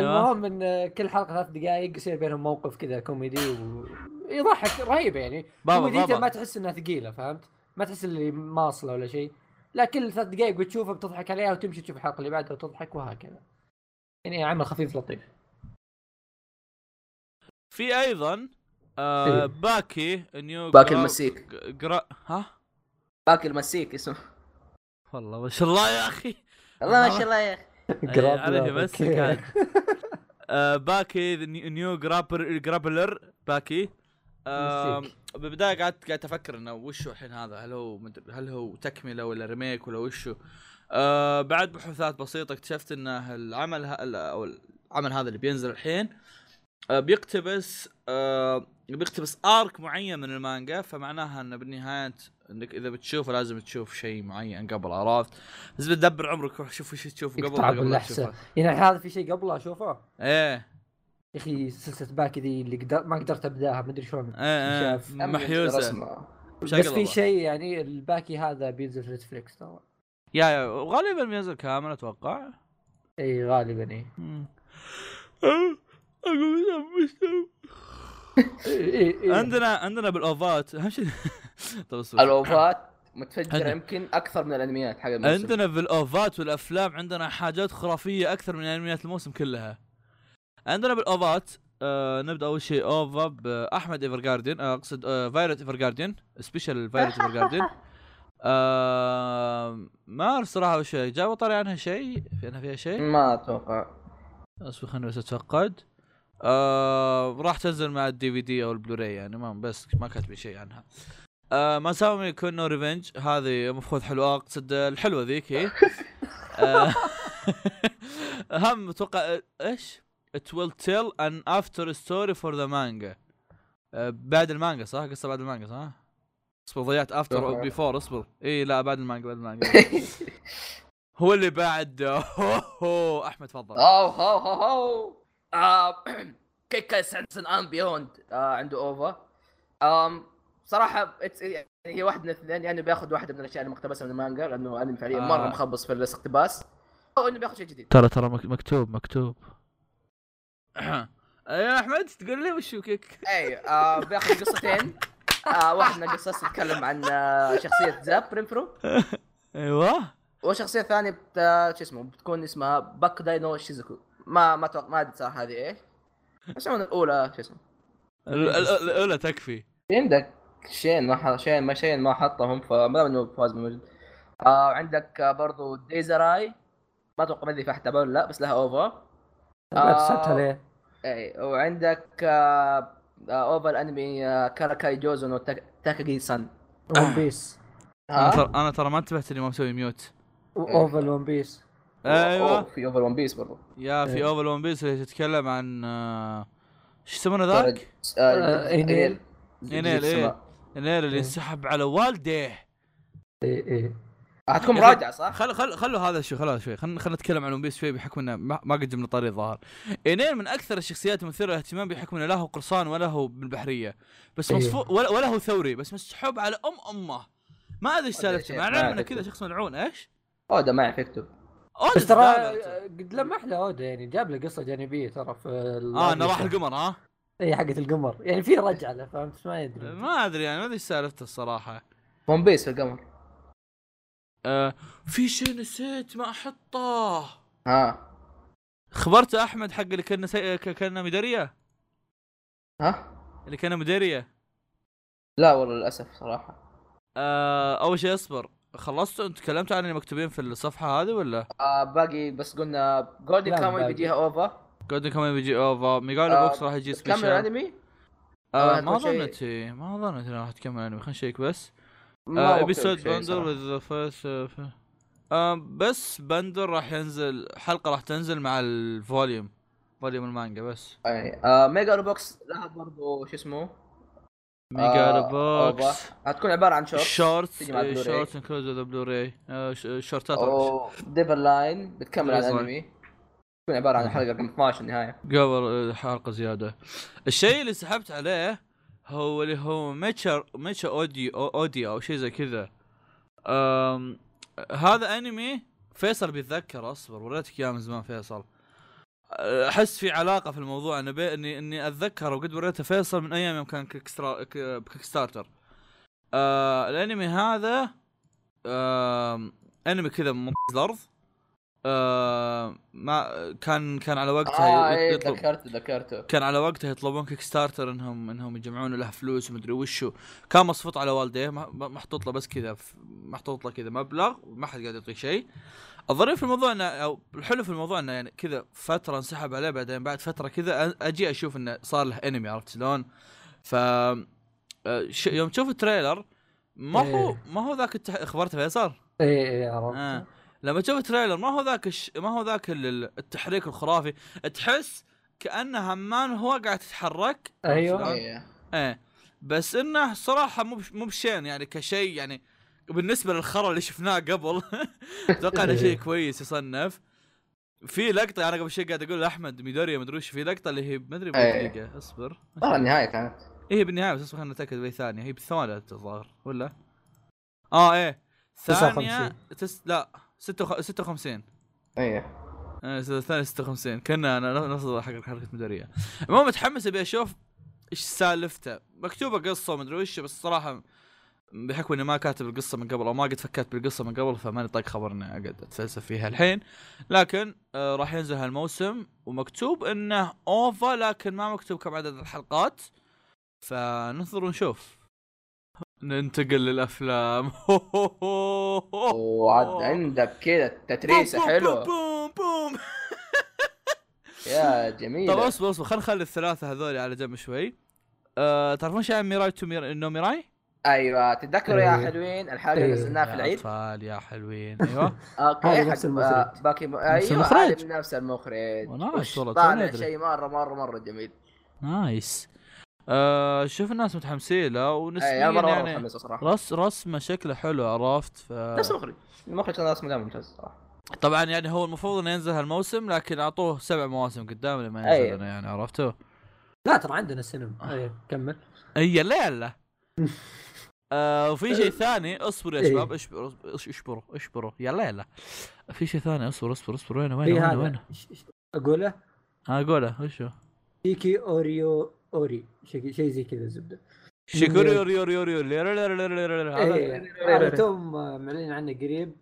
المهم ان كل حلقه ثلاث دقائق يصير بينهم موقف كذا كوميدي و... يضحك رهيبه يعني
بابا-
كوميديته
بابا.
ما تحس انها ثقيله فهمت؟ ما تحس اللي ماصله ولا شيء لا كل ثلاث دقائق بتشوفها بتضحك عليها وتمشي تشوف الحلقه اللي بعدها وتضحك وهكذا يعني عمل خفيف لطيف
في ايضا آه
إيه.
باكي نيو
باكي
جرا-
المسيك.
ج- جرا ها
باكي المسيك اسمه
والله ما شاء الله يا اخي
والله ما شاء الله يا اخي
جراب
عليه
لابك.
بس كان آه، باكي ذا نيو- نيو جرابر جرابلر باكي آم،
مسيك.
بالبدايه قعدت قاعد افكر انه وش هو الحين هذا هل هو مدري هل هو تكمله ولا ريميك ولا وش هو؟ آه بعد بحوثات بسيطه اكتشفت انه العمل ه... ال- او العمل هذا اللي بينزل الحين آه بيقتبس آه بيقتبس ارك معين من المانجا فمعناها انه بالنهايه انك اذا بتشوفه لازم تشوف شيء معين قبل عرفت؟ بس بتدبر عمرك روح شوف وش تشوف قبل
يقطع
قبل لا
بالأحسن.
تشوفه.
يعني هذا في شيء قبله اشوفه
ايه
يا اخي سلسله باكي ذي اللي قدر... ما قدرت ابداها ما ادري شلون
ايه ايه
شاف.
محيوسه
رسمه.
بس في
شقلبة.
شيء يعني الباكي هذا بينزل في نتفلكس ترى
يا يا وغالبا بينزل كامل اتوقع
اي غالبا اي
مم. أه، أقول أنا مش- عندنا عندنا بالاوفات اهم شيء طب اصبر
الاوفات متفجره
عندنا-
يمكن اكثر من الانميات حق الموسم
عندنا بالاوفات والافلام عندنا حاجات خرافيه اكثر من انميات الموسم كلها عندنا بالاوفات آه نبدا اول شيء اوفا باحمد ايفر جاردن آه اقصد آه فايرت ايفر جاردن سبيشال فايرت ايفر جاردن آه ما اعرف صراحه وش هي. جاء طاري عنها شيء في عنها فيها شيء
ما اتوقع
اصبر خليني بس اتفقد آه راح تنزل مع الدي في دي او البلوراي يعني ما بس ما كاتبين شيء عنها آه ما سامي كونو ريفنج هذه مفروض حلوه اقصد الحلوه ذيك هي آه هم اتوقع ايش؟ It will tell an after story for the manga آه بعد المانجا صح؟ قصه بعد المانجا صح؟ اصبر ضيعت افتر او بيفور اصبر اي لا بعد المانجا بعد المانجا هو اللي بعد احمد تفضل
اوه هو هو هو آه، كيكا سانسن ام بيوند آه، عنده اوفا آم، صراحه it's- يعني هي واحد من الاثنين يعني بياخذ واحده من الاشياء اللي مقتبسه من المانجا لانه انمي فعليا
آه.
مره مخبص في الاقتباس او انه بياخذ شيء جديد
ترى ترى مك- مكتوب مكتوب يا احمد تقول لي وش كيك
اي آه، بياخذ قصتين آه، واحد من القصص تتكلم عن آه، شخصيه زاب رينفرو
ايوه
والشخصيه الثانيه بت... آه، شو اسمه بتكون اسمها باك داينو شيزوكو ما ما أتوقع- ما ادري صراحه هذه ايه بس عموما الاولى شو اسمه
ال- ال- الاولى تكفي
عندك شين ما ح... شين ما شين ما حطهم فما انه فواز موجود آه عندك آه، برضو ديزراي ما اتوقع ما ادري فيها حتى ولا لا بس لها اوفا
سبتها ليه؟
اي إيه، وعندك آه آه اوفا الانمي آه كاراكاي جوزون وتاكاجي سان
ون بيس
انا ترى انا ترى ما انتبهت اني ما مسوي ميوت
اوفل ون بيس
أوه،
ايوه
في اوفا ون بيس برضو
يا في
إيه.
اول ون بيس اللي تتكلم عن آه، شو يسمونه ذاك؟
آه،
آه، إينيل.
إينيل، إيه.
جيتسوما.
نيل اللي
إيه.
انسحب على والديه
اي اي
آه، هتكون
يا أخي،
راجعه صح؟
خل خل خلوا هذا شوي خلوا هذا شوي خلينا خلينا نتكلم عن ون بيس شوي بحكم انه ما, ما قد جبنا طاري الظاهر. اينين من اكثر الشخصيات المثيره للاهتمام بحكم انه لا هو قرصان ولا هو بالبحريه بس
أيوه.
مصفو ولا, ولا هو ثوري بس مسحوب على ام امه. ما ادري ايش
ما أدري
سالفته
شيء،
مع
ما
العلم انه
أدري.
كذا شخص ملعون ايش؟
اودا ما يعرف يكتب
أوه،
بس ترى
زعلت.
قد لمح له اودا يعني جاب له قصه جانبيه ترى في ال-
اه انه راح القمر ها؟
اي حقت القمر يعني في رجعه له فهمت ما يدري
ما ادري يعني ما ادري ايش سالفته الصراحه.
ون بيس في القمر
آه في شيء نسيت ما احطه.
ها
خبرت احمد حق اللي كنا سي... ك- كنا مديريه
ها
اللي كنا مديريه.
لا والله للاسف صراحه
آه اول شيء اصبر خلصتوا انتوا تكلمتوا عن اللي مكتوبين في الصفحه هذه ولا؟
آه باقي بس قلنا جولدن
لا،
كاموي
باقي.
بيجيها اوفا
جودن كمان بيجي اوفا ميغالو
آه،
بوكس راح يجي
كمل
سبيشال
الانمي
آه
آه،
ما
أول شيء-
ظنيت إيه، ما ظنيت انها راح تكمل انمي خلينا نشيك بس
ما
آه
وقفت
ابيسود
شيء
بندر
صراحة.
with the first- آه، آه بس بندر راح ينزل حلقه راح تنزل مع الفوليوم فوليوم المانجا بس
أي. آه ميجا بوكس لها برضو شو اسمه
ميغالو
آه،
بوكس إيه،
أوفا. هتكون عباره عن شورت
شورت
تيجي مع البلوراي.
شورت انكلوز ذا بلوراي آه، ش- شورتات
وديفل لاين بتكمل على
Devil Line.
الانمي تكون عباره عن حلقه رقم 12 النهايه
قبل آه، حلقه زياده الشيء اللي سحبت عليه هو اللي هو ميتشر ميتشر اودي أو اودي او شيء زي كذا أم... هذا انمي فيصل بيتذكر اصبر وريتك اياه من زمان فيصل احس في علاقه في الموضوع انا بي... اني اني اتذكر وقد وريته فيصل من ايام يوم كان كيكسترا... ك... بكيك ستارتر أه... الانمي هذا أم... انمي كذا من الارض أه... ما كان كان على وقتها
اه اي
يطلب-
تذكرته تذكرته
كان على وقتها يطلبون كيك ستارتر انهم انهم يجمعون له فلوس ومدري وشو كان مصفوط على والديه مح- محطوط له بس كذا ف- محطوط له كذا مبلغ وما حد قاعد يعطيه شيء الظريف في الموضوع انه او الحلو في الموضوع انه يعني كذا فتره انسحب عليه بعدين بعد فتره كذا أ- اجي اشوف انه صار له انمي عرفت شلون؟ ف أه، ش- يوم تشوف التريلر ما هو
إيه.
ما هو ذاك التح... خبرت فيصل؟
اي اي
آه.
عرفت
لما تشوف التريلر ما هو ذاك الش... ما هو ذاك ال- ال- التحريك الخرافي تحس كانه همان هو قاعد يتحرك
أيوة.
عرفت شلون؟
إيه.
ايه بس انه صراحه مو بش- مو بشين يعني كشيء يعني بالنسبه للخرا اللي شفناه قبل اتوقع انه شيء كويس يصنف في لقطه انا قبل شيء قاعد اقول لاحمد ميدوريا مدري وش في لقطه اللي هي ما ادري
إيه.
دقيقه اصبر
والله النهايه كانت
هي بالنهايه إيه، بس اصبر خلينا نتاكد بأي ثانيه هي بالثواني الظاهر ولا؟ اه ايه ثانيه
59.
تس... لا 56
ايه
آه، الثاني 56 كنا انا نفس حق حركه مداريه المهم متحمس ابي اشوف ايش سالفته مكتوبه قصه ومدري وش بس صراحه بحكم اني ما كاتب القصه من قبل او ما قد فكرت بالقصه من قبل فماني طايق خبر اني اقعد اتفلسف فيها الحين لكن آه راح ينزل هالموسم ومكتوب انه اوفا لكن ما مكتوب كم عدد الحلقات فننظر ونشوف ننتقل للافلام
وعاد عندك كذا تتريسه
بوم
حلوه
بوم بوم
يا
طب
جميله
اصبر اصبر خلينا نخلي الثلاثه هذول على جنب شوي أه تعرفون شيء عن ميراي تو ميراي نو ميراي؟
ايوه تتذكروا يا
إيه.
حلوين الحلقه
إيه.
اللي نزلناها في العيد
يا اطفال يا حلوين ايوه
هذا
اوكي
نفس
حق آه،
المخرج.
باكي مو...
نفس
ايوه
المخرج.
هذا من نفس المخرج
ونايس
وش
والله، تو
طالع
ندري.
شيء مره مره مره جميل
نايس أه شوف الناس متحمسين له ونسبيا
اي مره مره
يعني
متحمس صراحه
رس رسمه شكله حلو عرفت ف...
نفس المخرج المخرج كان رسمه دائما ممتاز صراحه
طبعا يعني هو المفروض انه ينزل هالموسم لكن اعطوه سبع مواسم قدام لما
أي.
ينزل أنا يعني عرفتوا؟
لا ترى عندنا
آه.
السينما ايه كمل
اي يلا يلا آه وفي شيء ثاني اصبر يا
إيه.
شباب اشبروا اشبروا اشبروا يلا يلا في شيء ثاني اصبر اصبر اصبر وين وين
في
وين
هذا.
وين
ش- ش- اقوله
ها قوله وشو
شيكي اوريو اوري شيء شيء زي كذا الزبده
شيكوري يوري يوري يوري يوري يوري يوري يوري يوري هذا
ايه هذا توم معلن عنه قريب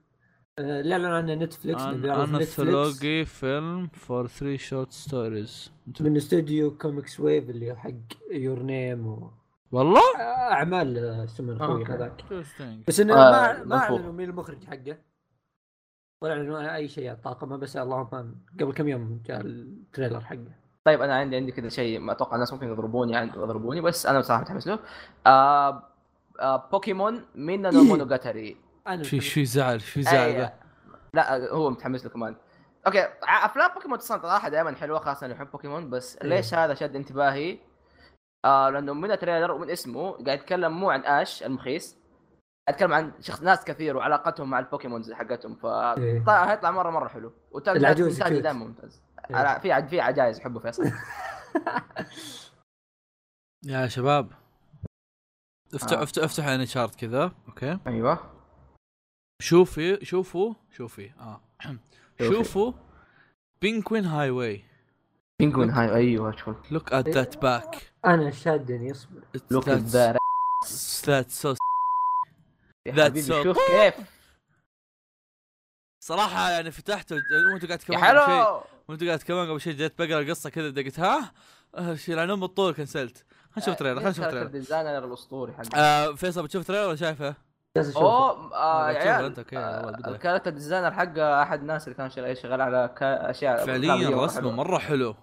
آه، لا لا عنه نتفلكس نبي نعرف
انا
نتفلكس
ثلوجي فيلم فور ثري شورت ستوريز
من استوديو كوميكس ويف اللي حق يور نيم
والله
واعمال آه، سمن اخوي
أوكي.
هذاك
Interesting.
بس انه
آه،
ما ما
مفهوم.
اعلنوا مين المخرج حقه ولا اعلنوا اي شيء عن طاقمه بس اللهم قبل كم يوم جاء التريلر حقه
طيب انا عندي عندي كذا شيء ما اتوقع الناس ممكن يضربوني يعني يضربوني بس انا بصراحه متحمس له آه آه بوكيمون مينا نو
إيه.
مونوجاتاري
انا
في شو يزعل شو
أي-
يزعل
لا آه، هو متحمس له كمان اوكي ع- افلام بوكيمون تصنع صراحه دائما حلوه خاصه اني احب بوكيمون بس
إيه.
ليش هذا شد انتباهي؟ آه لانه من التريلر ومن اسمه قاعد يتكلم مو عن اش المخيس اتكلم عن شخص ناس كثير وعلاقتهم مع البوكيمونز حقتهم ف
إيه.
طيب هيطلع مره مره حلو وتابع
العجوز
الانتاج
كيوت.
دائما ممتاز
إيه.
أنا- في ع- في عجائز احبه فيصل
يا شباب افتح
آه.
افتح افتح انشارت كذا اوكي
ايوه
أيوة.
شوفي شوفوا شوفي اه
شوفي.
شوفوا بينكوين هاي واي
بينجوين هاي ايوه شوف
لوك ات ذات باك
انا شادني اصبر
لوك ذا
ذات سو That's
حبيبي
so
شوف كيف
صراحة يعني فتحته وانت قاعد
يا
تكلم شيء
حلو
وانت قاعد تكلم قبل شيء جيت بقرا القصة كذا دقيت ها آه، شيل عنهم الطول كنسلت خلينا نشوف تريلر خلينا نشوف
ترى
تريلر
الديزاينر الاسطوري حق
آه فيصل بتشوف تريلر ولا شايفه؟
جالس اشوفه
اوه آه، يا
بتشوف
عيال
انت، اوكي، والله البداية.
آه، كانت الديزاينر حقه احد الناس اللي كان شغال شغال على كا- اشياء
فعليا
كتابية
رسمه
حلوة.
مرة حلو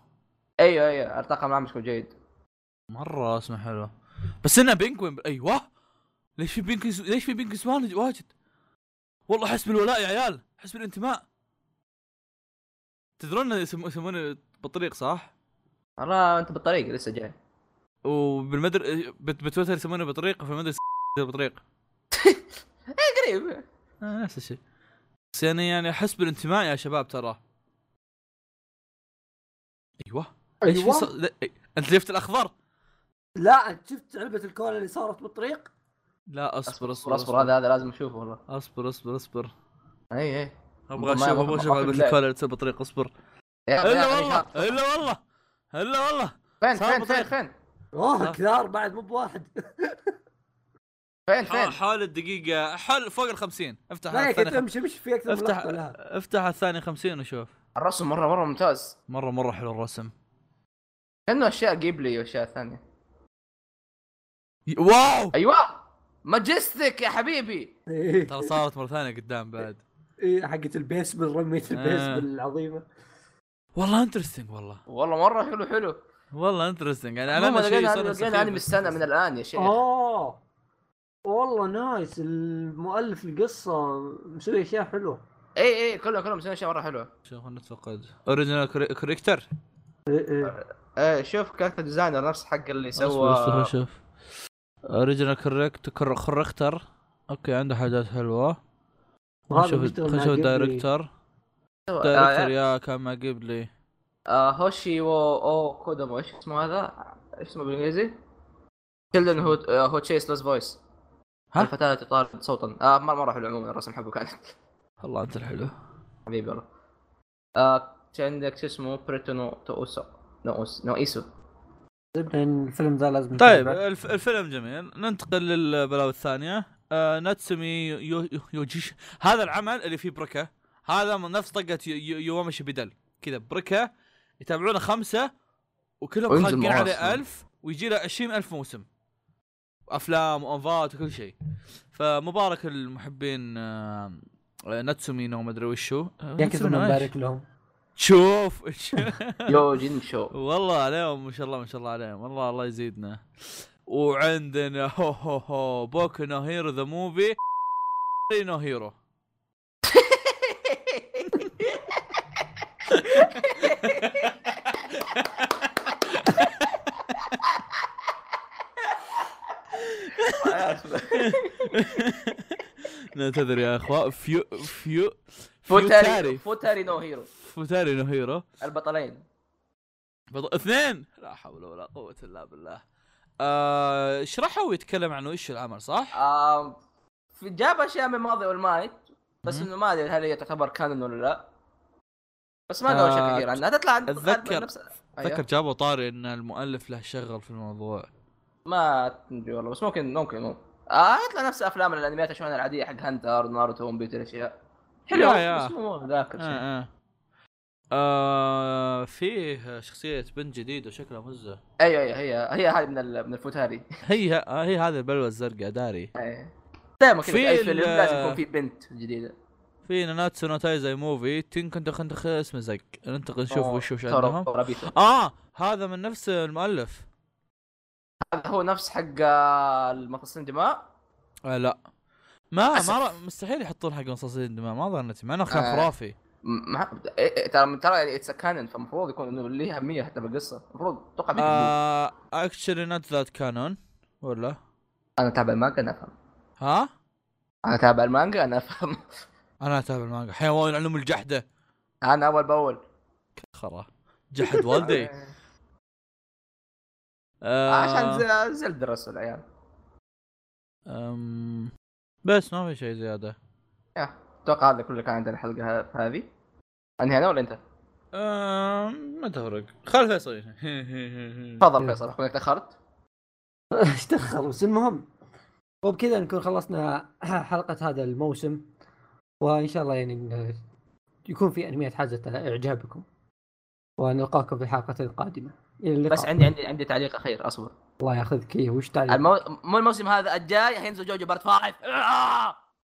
ايوه ايوه التقى معاه مشكل جيد
مرة رسمه حلو بس انه بينكوين ايوه ليش في بينك ليش في بينك سوان واجد؟ والله احس بالولاء يا عيال احس بالانتماء تدرون إنه يسمو- يسمونه بطريق صح؟
والله انت بالطريق لسه جاي
وبالمدر بت- بتويتر يسمونه بطريق وفي المدرسة بطريق
قريب
آه، نفس الشيء بس يعني يعني احس بالانتماء يا شباب ترى ايوه ايش في ص...
ايوه
لا، أي- انت شفت الاخضر
لا انت شفت علبه الكولا اللي صارت بالطريق
لا
اصبر
اصبر اصبر
اصبر هذا هذا لازم اشوفه والله
اصبر اصبر اصبر
اي اي
ابغى
ما-
اشوف
ما-
ابغى
ما-
اشوف
ما-
على
لا.
الكولا اللي تصير بطريق اصبر
يا- يا
الا
أخي،
والله
شاف.
الا والله الا والله
فين
صار
فين فين
بطريق.
فين
اوه
آه.
كثار بعد مو بواحد
فين
حا-
فين
حول الدقيقة حول فوق ال 50 افتح
لا
على
يا كنت
الثاني خم...
امشي مش في اكثر من
افتح
لقطه لها
افتح على الثاني 50 وشوف
الرسم مره مره ممتاز
مرة مرة حلو الرسم
كانه اشياء جيبلي واشياء ثانيه
ي- واو
ايوه ماجستيك يا حبيبي
إيه،
ترى صارت مرة ثانية قدام بعد
إيه، حقت البيسبل رميه
آه.
البيسبل العظيمه
والله انترستنج والله
والله مره حلو حلو
والله انترستنج يعني على
عموما
الاقل شيء
لقينا
صار
لقينا انمي السنه من الان يا شيخ
اوه آه. والله نايس المؤلف القصه مسوي اشياء حلوه
اي اي كلهم كلهم مسوين اشياء مره حلوه
شوف نتفقد اوريجينال كريكتر
إيه،
آه، شوف كاركتر ديزاينر نفس حق اللي
سوى
سوى
شوف اوريجينال كريكت كريكتر اوكي عنده حاجات حلوه خلينا
وهذا
نشوف
بيشتغل
خلينا
مع
نشوف
قبلي.
الدايركتر
آه،
دايركتور يا كان ما قبلي
آه، هوشي و او كودامو ايش اسمه هذا؟ ايش اسمه بالانجليزي؟ كلن هو آه، هو تشيس لوس فويس
ها؟
الفتاة التي طارت صوتا آه مره مره حلو عموما الرسم حقه كان
الله انت الحلو
حبيبي والله آه عندك شو اسمه بريتو نو توسو نو نو ايسو
زبدة إن الفيلم ذا لازم
طيب
آه،
نتابعه.
الف... الفيلم جميل ننتقل للبلاوي الثانيه آه ناتسومي يو... يو... يوجيش هذا العمل اللي فيه بركه هذا من نفس طقه يو... يو... يوامشي بدل كذا بركه يتابعونه خمسه وكلهم
وينزل
خالقين
مواسم.
عليه ألف ويجي له 20000 موسم افلام وانفات وكل شيء فمبارك المحبين آه... آه، ناتسومي نو مدري وشو آه،
يا كذا
ناتسومي نو إيش؟
نبارك لهم
شوف
يو جين شو
والله عليهم ما شاء الله ما شاء الله عليهم والله الله يزيدنا وعندنا هو هو هو بوكو نو هيرو ذا موفي نو هيرو نعتذر يا اخوان فيو فيو
فوتاري
فيوتاري
فوتاري نو هيرو
فوتاري نو هيرو
البطلين
بض... اثنين لا حول ولا قوة الا بالله آه، شرحه ويتكلم عن ايش العمل صح؟
آم، في- جاب اشياء من ماضي والمايت بس
مم.
انه ما ادري هل هي تعتبر كانون ولا لا بس ما قالوا شيء
آه،
كثير عنها تطلع عن-
أتذكر-
نفس- أيوه.
اتذكر جابوا طاري ان المؤلف له شغل في الموضوع
ما ادري والله بس ممكن ممكن ممكن آه يطلع نفس افلام الانميات الشونن العاديه حق هانتر ناروتو ون بيوتي الاشياء حلو
يا- يا.
بس مو ذاك الشيء
آه آه. آه فيه شخصية بنت جديدة شكلها مزة
ايوه ايوه هي هي هذه من ال- من الفوتاري
هي آه، هي هذه البلوة الزرقاء داري
أي. دائما كذا في
في
اي
ال-
فيلم لازم يكون في بنت جديده
في ناناتسو نو تايزاي موفي تين كنت كنت خ- اسمه زق ننتقل نشوف
أوه،
وش وش
تورو-
عندهم
تورابيتو.
اه هذا من نفس المؤلف
هذا هو نفس حق آه، المغتصبين دماء
آه لا ما
أسف.
ما رأ- مستحيل يحطون حق مصاصين الدماء ما ظنيت مع انه كان
آه.
خرافي
م- ما إيه، إيه، ترى ترى يعني اتس كانن فالمفروض يكون انه ليه اهميه حتى بالقصه المفروض اتوقع فيك آه.
اكشلي نوت ذات كانون ولا
انا تابع المانجا انا افهم
ها
انا تابع المانجا انا افهم
انا اتابع المانجا حيوان علوم الجحده
انا اول باول
خرا جحد والدي آه
عشان ز- زل درس العيال
أم... بس ما في شيء زياده
يا، اتوقع هذا كله اللي كان عندنا الحلقه ه- هذه انهي انا ولا انت؟
أم... آه، ما تفرق خلف فيصل
تفضل فيصل اخوك تاخرت
ايش دخل بس المهم وبكذا طيب، نكون خلصنا حلقه هذا الموسم وان شاء الله يعني إنه يكون في انميات حازت اعجابكم ونلقاكم في الحلقه القادمه الى اللقاء
بس عندي عندي عندي تعليق اخير اصبر
الله ياخذك إيه، وش تعليق
المو... مو الموسم هذا الجاي حينزل جوجو بارت 5